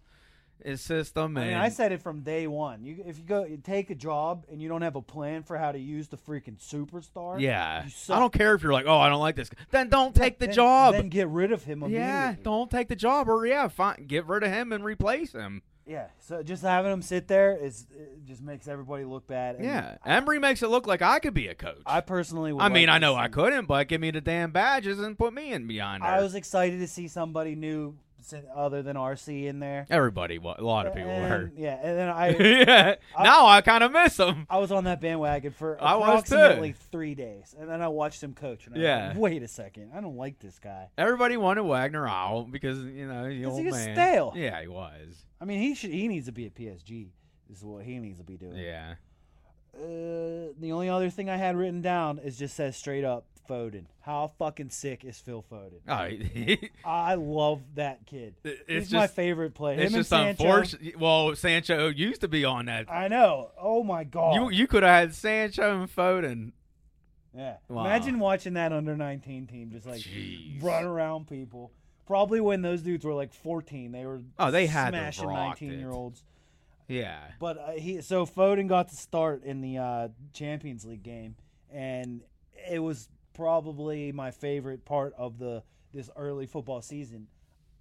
D: his system,
C: I
D: and
C: mean, I said it from day one. You, if you go you take a job and you don't have a plan for how to use the freaking superstar,
D: yeah.
C: you
D: I
C: suck.
D: don't care if you're like, oh, I don't like this. guy." Then don't take the
C: Then-
D: job.
C: Then get rid of him immediately.
D: yeah, don't take the job, or yeah, fine, get rid of him and replace him.
C: Yeah, so just having him sit there is it just makes everybody look bad. and
D: Yeah, Emery makes it look like I could be a coach.
C: I personally. Would
D: I mean,
C: like
D: I
C: to
D: know
C: see-
D: I couldn't, but give me the damn badges and put me in behind there.
C: I was excited to see somebody new sin- other than RC in there.
D: Everybody, wa- a lot of people
C: And-
D: were.
C: Yeah, and then I
D: yeah. Now I kind of miss them.
C: I was on that bandwagon for
D: I was too.
C: approximately three days, and then I watched him coach. And I was
D: Yeah.
C: like, wait a second, I don't like this guy.
D: Everybody wanted Wagner out because you know the
C: 'Cause
D: old
C: he was
D: man.
C: stale.
D: Yeah, he was.
C: I mean, he should he needs to be at PSG. This is what he needs to be doing.
D: Yeah.
C: Uh, the only other thing I had written down is just says straight up Foden. How fucking sick is Phil Foden?
D: Oh, he-
C: I love that kid.
D: It-
C: He's
D: it's
C: my
D: just-
C: favorite player.
D: it's
C: Him and
D: just
C: Sancho.
D: unfortunate. Well, Sancho used to be on that.
C: I know. Oh my god.
D: You you could have had Sancho and Foden.
C: yeah.
D: Wow.
C: Imagine watching that under 19 team just like
D: Jeez.
C: run around people. Probably when those dudes were like 14, they were
D: Oh, they had to have
C: smashing
D: rocked it.
C: 19 year olds.
D: Yeah.
C: But uh, he so Foden got to start in the uh, Champions League game, and it was probably my favorite part of the this early football season.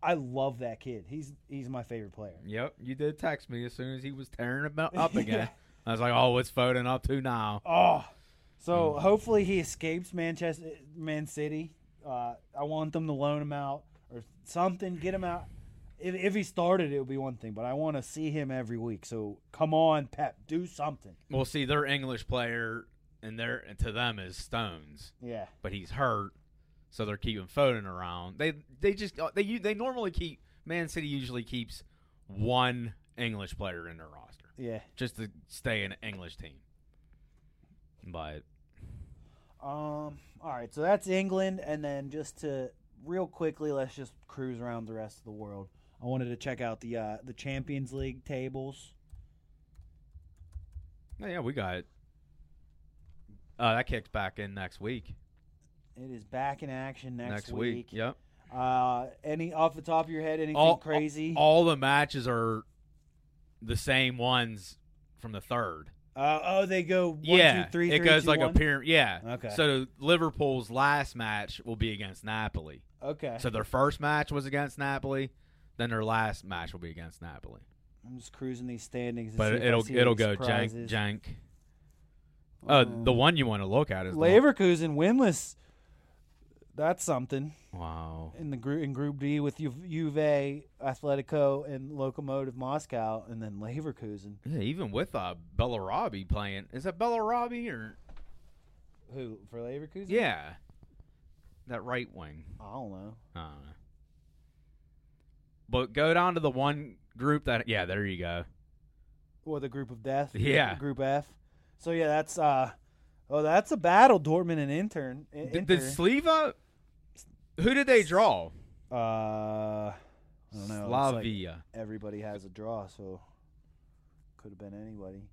C: I love that kid. He's he's my favorite player.
D: Yep. You did text me as soon as he was tearing him up again. I was like, oh, what's Foden up to now?
C: Oh, so hopefully he escapes Manchester, Man City. Uh, I want them to loan him out or something. Get him out. If, if he started, it would be one thing, but I want to see him every week. So come on, Pep, do something.
D: Well, see, their English player and their and to them is Stones,
C: Yeah,
D: but he's hurt, so they're keeping Foden around. They they just uh, they u- they normally keep Man City usually keeps one English player in their roster
C: yeah.
D: just to stay an English team. But
C: Um. All right, so that's England, and then just to real quickly, let's just cruise around the rest of the world. I wanted to check out the uh, the Champions League tables.
D: Oh, yeah, yeah, we got uh, that kicks back in next week.
C: It is back in action next,
D: week.
C: week.
D: Yep.
C: Uh, any off the top of your head, anything
D: All
C: crazy?
D: All the matches are the same ones from the third.
C: Uh, oh, they go one, two, three,
D: yeah, it
C: three,
D: goes
C: two,
D: like
C: one?
D: a pyramid. Yeah.
C: Okay.
D: So Liverpool's last match will be against Napoli.
C: Okay,
D: So their first match was against Napoli, then their last match will be against Napoli.
C: I'm just cruising these standings. to
D: But
C: see if I
D: it'll
C: see
D: it'll
C: any
D: go jank
C: surprises.
D: jank. Uh,
C: Um,
D: the one you want to look at is the one-
C: Leverkusen winless. That's something
D: Wow.
C: in the group in Group D with Ju- Juve, Atletico, and Lokomotiv Moscow, and then Leverkusen.
D: Yeah, even with uh Bellarabi playing, is that Bellarabi or
C: Who for Leverkusen?
D: yeah, that right wing.
C: I don't know.
D: I don't know. But go down to the one group that yeah, there you go.
C: Or the group of death.
D: Yeah.
C: Group F. So yeah, that's uh, oh, that's a battle. Dortmund and Intern.
D: Did, did Sliva? Who did they draw?
C: uh, I don't know. It's like-
D: Slavia.
C: everybody has a draw, so could have been anybody.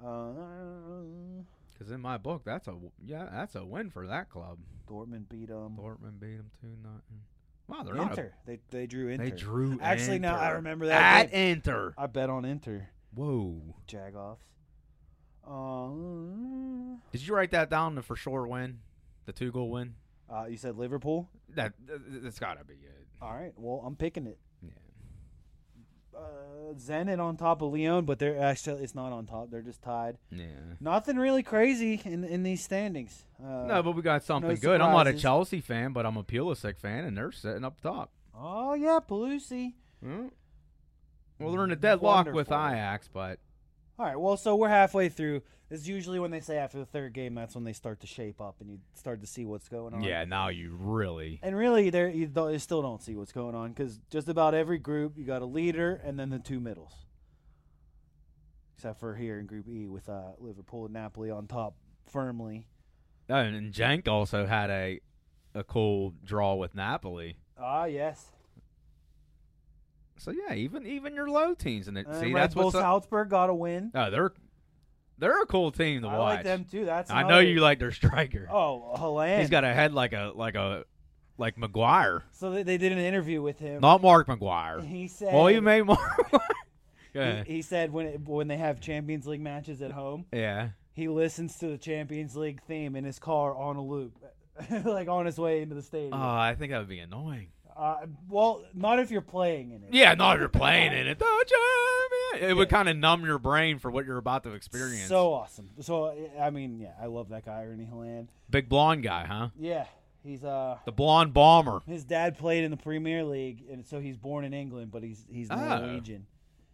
C: Uh,
D: Because in my book, that's a w- yeah, that's a win for that club.
C: Dortmund beat them.
D: Dortmund beat them two nothing. Wow, they're not. A,
C: Inter. They they drew Inter.
D: they drew.
C: Actually,
D: Inter.
C: now I remember that
D: at
C: game.
D: Inter.
C: I bet on Inter.
D: Whoa!
C: Jagoffs. Um,
D: Did you write that down? The for sure win, the two goal win.
C: uh, you said Liverpool.
D: That th- th- that's gotta be it.
C: All right. Well, I'm picking it.
D: Yeah.
C: Uh, Zenit on top of Leon, but they're actually it's not on top. They're just tied.
D: Yeah.
C: Nothing really crazy in in these standings. Uh,
D: No, but we got something good. I'm not a
C: surprises.
D: Chelsea fan, but I'm a Pulisic fan, and they're sitting up top.
C: oh yeah, Pelusi.
D: Mm. Well, they're in a deadlock with
C: Wonderful.
D: Ajax, but
C: All right. Well, so we're halfway through. It's usually when they say after the third game, that's when they start to shape up and you start to see what's going on.
D: yeah, now you really.
C: And really, there you, do you still don't see what's going on because just about every group, you got a leader and then the two middles. except for here in Group E with uh, Liverpool and Napoli on top firmly.
D: Oh, and, and Jank also had a a cool draw with Napoli.
C: Ah, yes.
D: So yeah, even even your low teams in it.
C: And
D: See,
C: Red
D: that's
C: Bull
D: what's up.
C: Salzburg got a win.
D: No, they're they're a cool team to
C: I
D: watch.
C: like them too. That's
D: I know
C: another-
D: you like their striker.
C: Oh, Holland.
D: He's got a head like a like a like McGuire,
C: So they, they did an interview with him.
D: not Mark McGuire.
C: he said.
D: Well, you made Mark. Go
C: he,
D: ahead.
C: he said when it, when they have Champions League matches at home,
D: yeah.
C: he listens to the Champions League theme in his car on a loop, like on his way into the stadium.
D: Oh, I think that would be annoying.
C: Uh, well, not if you're playing in it.
D: Yeah, not if you're playing in it. The champion. It would kind of numb your brain for what you're about to experience.
C: So awesome. So I mean, yeah, I love that guy, Ernie Holland.
D: big blonde guy, huh?
C: Yeah, he's uh,
D: The blonde bomber.
C: his dad played in the Premier League, and so he's born in England, but he's he's
D: Ah.
C: Norwegian.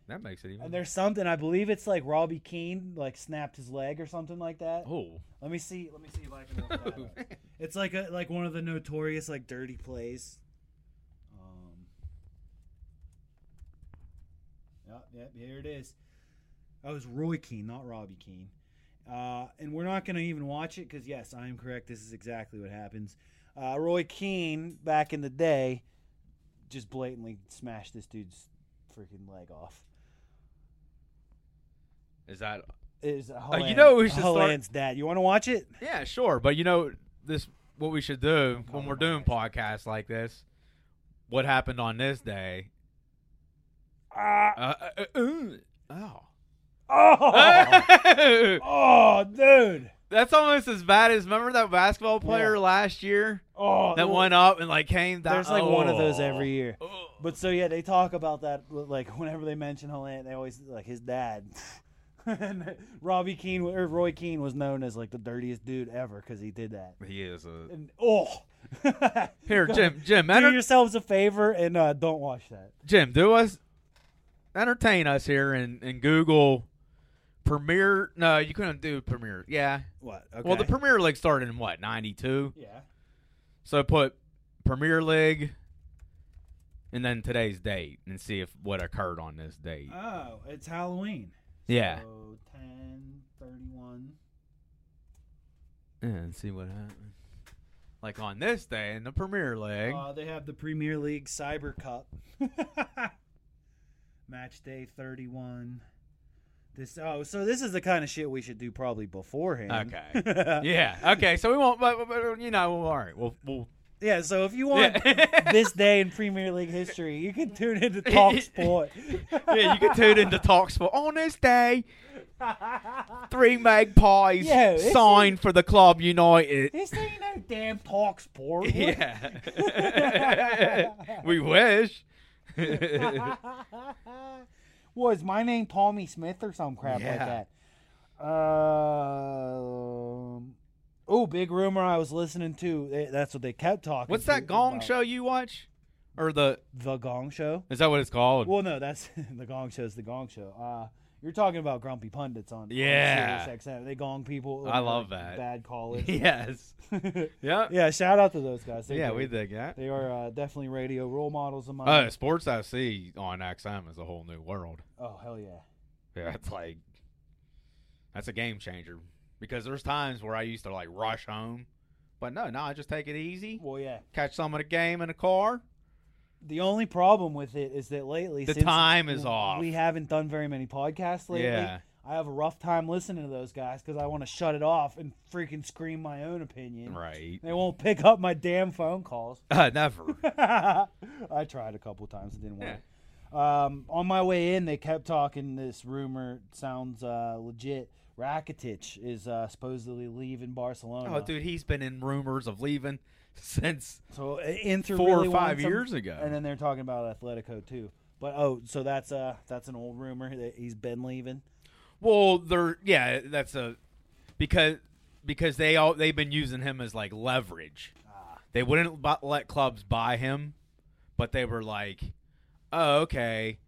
D: That makes it even.
C: And there's something I believe it's like Robbie Keane like snapped his leg or something like that.
D: oh,
C: Let me see. Let me see if I can. Look that up. It's like a like one of the notorious like dirty plays. Um. Yep, yep. Here it is. That was Roy Keane, not Robbie Keane. Uh, and we're not going to even watch it because yes, I am correct. This is exactly what happens. Uh, Roy Keane back in the day just blatantly smashed this dude's freaking leg off.
D: is that?
C: It was
D: Uh, you
C: Holland,
D: know we should start-
C: Holland's dad. You want to watch it?
D: Yeah, sure. But you know this. What we should do when we're doing podcasts like this. What happened on this day?
C: Ah,
D: Uh, uh, uh, ooh. oh.
C: oh, oh, dude.
D: That's almost as bad as remember that basketball player
C: Yeah.
D: last year
C: Oh,
D: that
C: well,
D: went up and like came down.
C: There's like one of those
D: Oh.
C: every year.
D: Oh.
C: But so yeah, they talk about that like whenever they mention Holland, they always like his dad. and Robbie Keane or Roy Keane was known as like the dirtiest dude ever because he did that.
D: He is a
C: And oh,
D: here, Jim. Jim,
C: do
D: enter-
C: yourselves a favor and uh, don't watch that.
D: Jim, do us entertain us here and, and Google Premier. No, you couldn't do Premier. Yeah.
C: What? Okay.
D: Well, the Premier League started in what ninety two.
C: yeah.
D: So put Premier League and then today's date and see if what occurred on this date.
C: Oh, it's Halloween.
D: yeah.
C: So 10, 31.
D: Yeah, and see what happened. Like on this day in the Premier League.
C: Uh, they have the Premier League Cyber Cup. Match day 31. This oh, so this is the kind of shit we should do probably beforehand.
D: Okay. yeah. Okay. So we won't. But, but you know, all right. We'll. we'll
C: yeah, so if you want
D: yeah.
C: this day in Premier League history, you can tune into Talk Sport.
D: yeah. You can tune into talks for on this day. Three magpies
C: Yeah,
D: sign
C: it's-
D: signed for the club United.
C: this ain't no damn Talk Sport. What-
D: Yeah. we wish.
C: Was my name Tommy Smith or some crap
D: Yeah.
C: like that? Um. Oh, big rumor I was listening to. eh, That's what they kept talking.
D: What's
C: to
D: that Gong
C: about.
D: show you watch? Or the
C: The Gong Show.
D: is that what it's called?
C: Well, no, that's the Gong Show's the Gong Show. Uh, you're talking about grumpy pundits on on
D: Yeah.
C: Sirius XM. They gong people.
D: I
C: over,
D: love
C: like,
D: that.
C: Bad callers.
D: yes. Yep.
C: yeah, shout out to those guys. They
D: Yeah,
C: do.
D: we dig that.
C: They are uh, definitely radio role models of mine.
D: Uh, sports I see on XM is a whole new world.
C: oh hell yeah.
D: Yeah, it's like that's a game changer because there's times where I used to like rush home, but no, no, I just take it easy,
C: Well, yeah.
D: catch some of the game in the car.
C: The only problem with it is that lately,
D: The
C: since
D: time is
C: w-
D: off.
C: We haven't done very many podcasts lately.
D: Yeah.
C: I have a rough time listening to those guys because I want to shut it off and freaking scream my own opinion.
D: Right?
C: They won't pick up my damn phone calls.
D: Uh, never.
C: I tried a couple times, it didn't work. Um, on my way in, they kept talking. This rumor sounds uh, legit. Rakitic is uh, supposedly leaving Barcelona.
D: oh, dude, he's been in rumors of leaving since.
C: So uh, Inter
D: Four or
C: really
D: five
C: wants him,
D: years ago.
C: and then they're talking about Atletico too. But oh, so that's uh that's an old rumor that he's been leaving.
D: Well, they're yeah, that's a because because they all they've been using him as like leverage. They wouldn't bu- let clubs buy him, but they were like, "Oh, okay,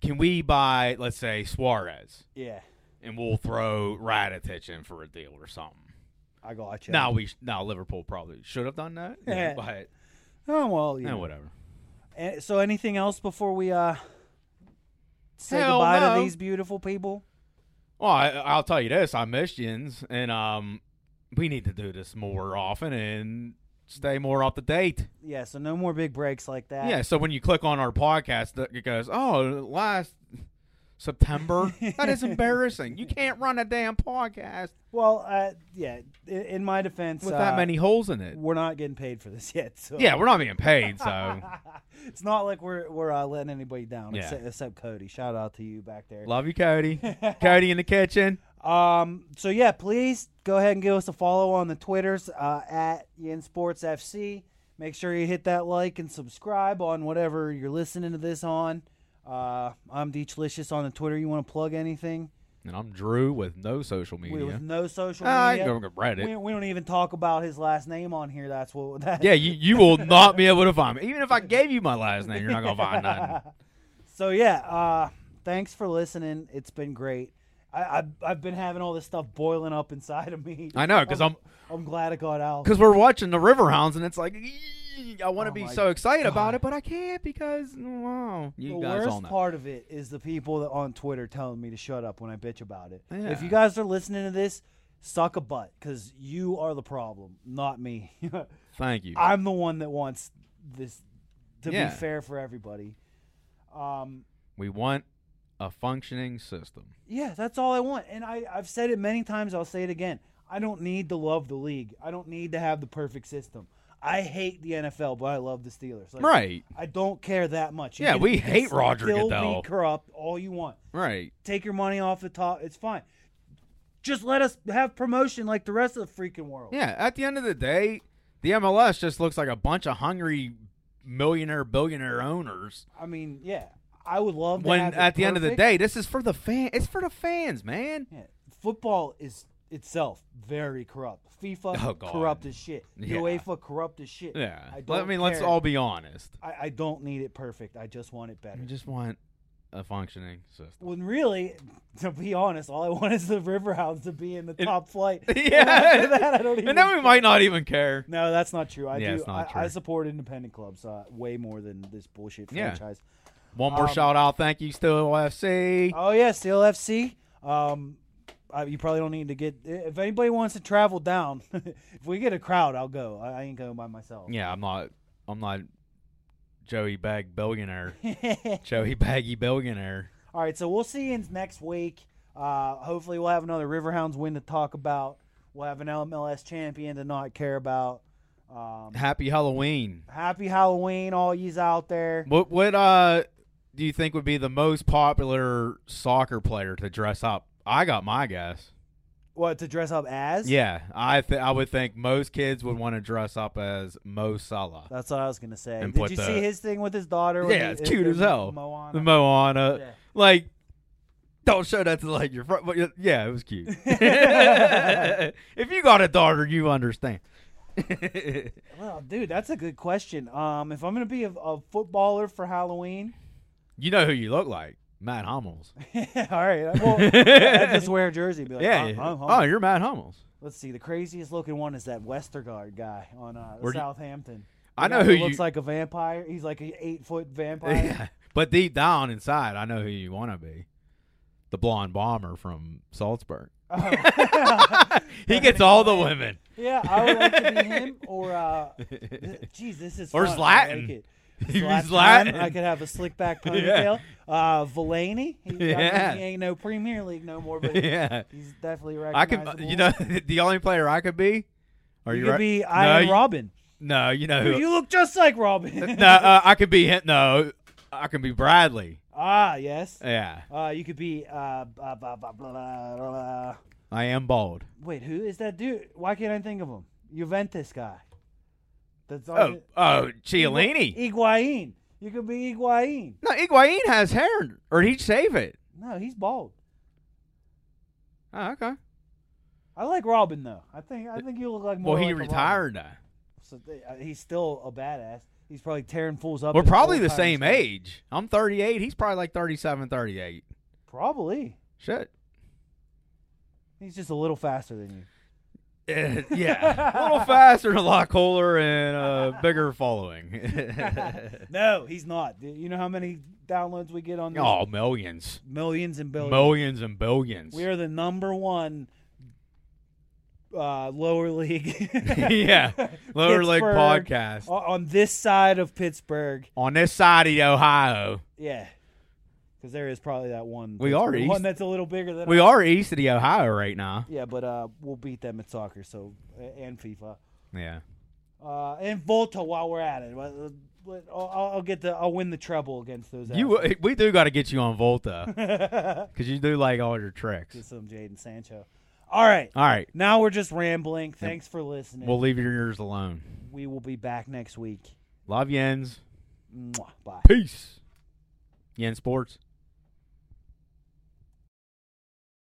D: can we buy let's say Suarez
C: Yeah,
D: and we'll throw Raditich in for a deal or something."
C: I got you.
D: Now we sh- now Liverpool probably should have done that,
C: Yeah.
D: but
C: oh well,
D: eh,
C: yeah.
D: whatever.
C: Eh, So anything else before we uh say
D: Hell
C: goodbye
D: no.
C: to these beautiful people?
D: Well, I, I'll tell you this: I miss Jens, and um, we need to do this more often and stay more up to date.
C: Yeah, so no more big breaks like that.
D: Yeah. So when you click on our podcast, th- it goes, "Oh, last September." that is embarrassing. You can't run a damn podcast
C: Well, uh, yeah. i- In my defense,
D: with
C: uh,
D: that many holes in it.
C: we're not getting paid for this yet. So
D: Yeah, we're not being paid, so
C: it's not like we're we're uh, letting anybody down.
D: Yeah.
C: Except, except Cody. Shout out to you back there.
D: love you, Cody. Cody in the kitchen.
C: Um, so yeah, please go ahead and give us a follow on the Twitters uh, at Yin Sports FC. Make sure you hit that like and subscribe on whatever you're listening to this on. Uh, I'm Deechlicious on the Twitter. You want to plug anything?
D: And I'm Drew with no social media.
C: We, with no social
D: Ah, I
C: media.
D: can go Reddit.
C: We, we don't even talk about his last name on here. That's what. That,
D: Yeah, you, you will not be able to find me. Even if I gave you my last name, you're not gonna find nothing.
C: So yeah, uh, thanks for listening. It's been great. I, I've, I've been having all this stuff boiling up inside of me.
D: I know, 'cause I'm-
C: I'm glad it got out.
D: Because we're watching the Riverhounds, and it's like "Eee, I want to
C: Oh
D: be
C: my
D: so excited about it, but I can't because wow, you
C: the
D: guys
C: worst
D: all know.
C: part of it is the people that on Twitter telling me to shut up when I bitch about it. If
D: Yeah.
C: you guys are listening to this, suck a butt because you are the problem, not me.
D: Thank you.
C: I'm the one that wants this to
D: Yeah.
C: be fair for everybody. Um,
D: we want a functioning system.
C: yeah, that's all I want. And I, I've said it many times. I'll say it again. I don't need to love the league. I don't need to have the perfect system. I hate the NFL, but I love the Steelers. Like,
D: Right.
C: I don't care that much. You
D: Yeah,
C: can-
D: we
C: you can
D: hate Roger
C: still
D: Goodell.
C: Be corrupt all you want.
D: Right.
C: take your money off the top. It's fine. Just let us have promotion like the rest of the freaking world.
D: Yeah. At the end of the day, the MLS just looks like a bunch of hungry millionaire billionaire owners.
C: I mean, yeah, I would love to
D: When
C: have it
D: at the end of the
C: perfect.
D: day, this is for the fan. It's for the fans, man.
C: Yeah. football is itself very corrupt.
D: Oh,
C: FIFA
D: God.
C: corrupt as shit.
D: Yeah.
C: UEFA corrupt as shit.
D: Yeah.
C: I,
D: I,
C: don't
D: mean, let's
C: care.
D: all be honest.
C: I, I don't need it perfect. I just want it better.
D: We just want a functioning system.
C: when really, to be honest, all I want is the Riverhounds to be in the top flight. And
D: yeah.
C: after that, I don't even
D: and then we might not even care.
C: No, that's not true. I
D: Yeah,
C: do.
D: it's not
C: I,
D: true.
C: I support independent clubs uh, way more than this bullshit
D: Yeah.
C: franchise.
D: One more shout out. Thank you, Still FC.
C: Um, Oh yeah, Steel FC. Um, I, you probably don't need to get. If anybody wants to travel down, if we get a crowd, I'll go. I, I ain't going by myself.
D: Yeah, I'm not. I'm not Joey Bag billionaire. Joey Baggy billionaire.
C: All right, so we'll see you in next week. Uh, hopefully, we'll have another Riverhounds win to talk about. We'll have an LMLS champion to not care about. Um,
D: Happy Halloween.
C: happy Halloween, all yous out there.
D: What what uh do you think would be the most popular soccer player to dress up? I got my guess.
C: What to dress up as?
D: Yeah, I th- I would think most kids would want to dress up as Mo Salah.
C: that's what I was gonna say.
D: And
C: Did
D: put
C: you
D: the-
C: see his thing with his daughter? when
D: Yeah,
C: he-
D: it's
C: his-
D: cute
C: their
D: as hell.
C: Moana.
D: The Moana.
C: Yeah.
D: Like, don't show that to like your front. But yeah, it was cute. if you got a daughter, you understand.
C: Well, dude, that's a good question. Um, if I'm gonna be a, a footballer for Halloween,
D: you know who you look like, Matt Hummels.
C: all right. Well, I just wear a jersey. and Be like,
D: Yeah.
C: I'm-
D: yeah.
C: I'm home.
D: oh, you're Matt Hummels.
C: Let's see. The craziest looking one is that Westergaard guy on uh,
D: Where do you-
C: Southampton.
D: I
C: The
D: know
C: guy
D: who
C: that looks
D: you.
C: like a vampire. He's like an eight foot vampire.
D: Yeah. But deep down inside, I know who you want to be. The blonde bomber from Salzburg.
C: Oh.
D: he gets all the women.
C: Yeah, I would like to be him or uh, th- geez, this is
D: Or
C: fun. I
D: Zlatan.
C: like it.
D: He's
C: Zlatan,
D: Zlatan.
C: I could have a slick back
D: Yeah.
C: ponytail. Uh, Fellaini. He, I mean,
D: Yeah.
C: he ain't no Premier League no more, but
D: Yeah.
C: he's definitely
D: I could, uh,
C: recognizable.
D: you know, the only player I could be. Are
C: you,
D: you,
C: could
D: right?
C: be
D: no,
C: Iron
D: you-
C: Robin.
D: No, you know who.
C: You look just like Robin.
D: no, uh, I could be him. No, I could be Bradley.
C: ah, yes.
D: Yeah,
C: Uh, you could be. Uh, blah, blah, blah, blah, blah, blah.
D: I am bald.
C: Wait, who is that dude? Why can't I think of him? Juventus guy. That's
D: Oh,
C: on
D: oh,
C: the-
D: Chiellini.
C: Higuain. You could be Higuain.
D: No, Higuain has hair, or he'd shave it.
C: No, he's bald.
D: Oh, okay.
C: I like Robin though. I think I think you look like more.
D: Well, he
C: like a Robin.
D: retired. now.
C: So they, uh, he's still a badass. He's probably tearing fools up.
D: We're
C: in
D: probably the
C: full-time
D: same
C: stuff.
D: age. I'm 38. He's probably like 37, 38.
C: Probably.
D: Shit.
C: He's just a little faster than you.
D: Eh, yeah, a little faster and a lot cooler and a bigger following.
C: No, he's not. Do You know how many downloads we get on this?
D: oh, millions,
C: Millions and billions.
D: millions and billions.
C: we are the number one uh, lower league
D: yeah, lower leg
C: Pittsburgh,
D: podcast
C: o- on this side of Pittsburgh.
D: on this side of the Ohio.
C: Yeah, because there is probably that one.
D: We are
C: one
D: east-
C: that's a little bigger than
D: We
C: us.
D: are east of the Ohio right now.
C: Yeah, but uh, we'll beat them at soccer. So and FIFA
D: Yeah,
C: uh, and Volta while we're at it. But- but I'll, I'll I'll get the I'll win the treble against those.
D: you. We do got to get you on Volta
C: assholes.
D: because you do like all your tricks.
C: get some Jaden Sancho. All right,
D: All right,
C: now we're just rambling. Thanks for listening.
D: we'll leave your ears alone.
C: we will be back next week.
D: Love Yen's.
C: Mwah. Bye.
D: Peace. Yen Sports.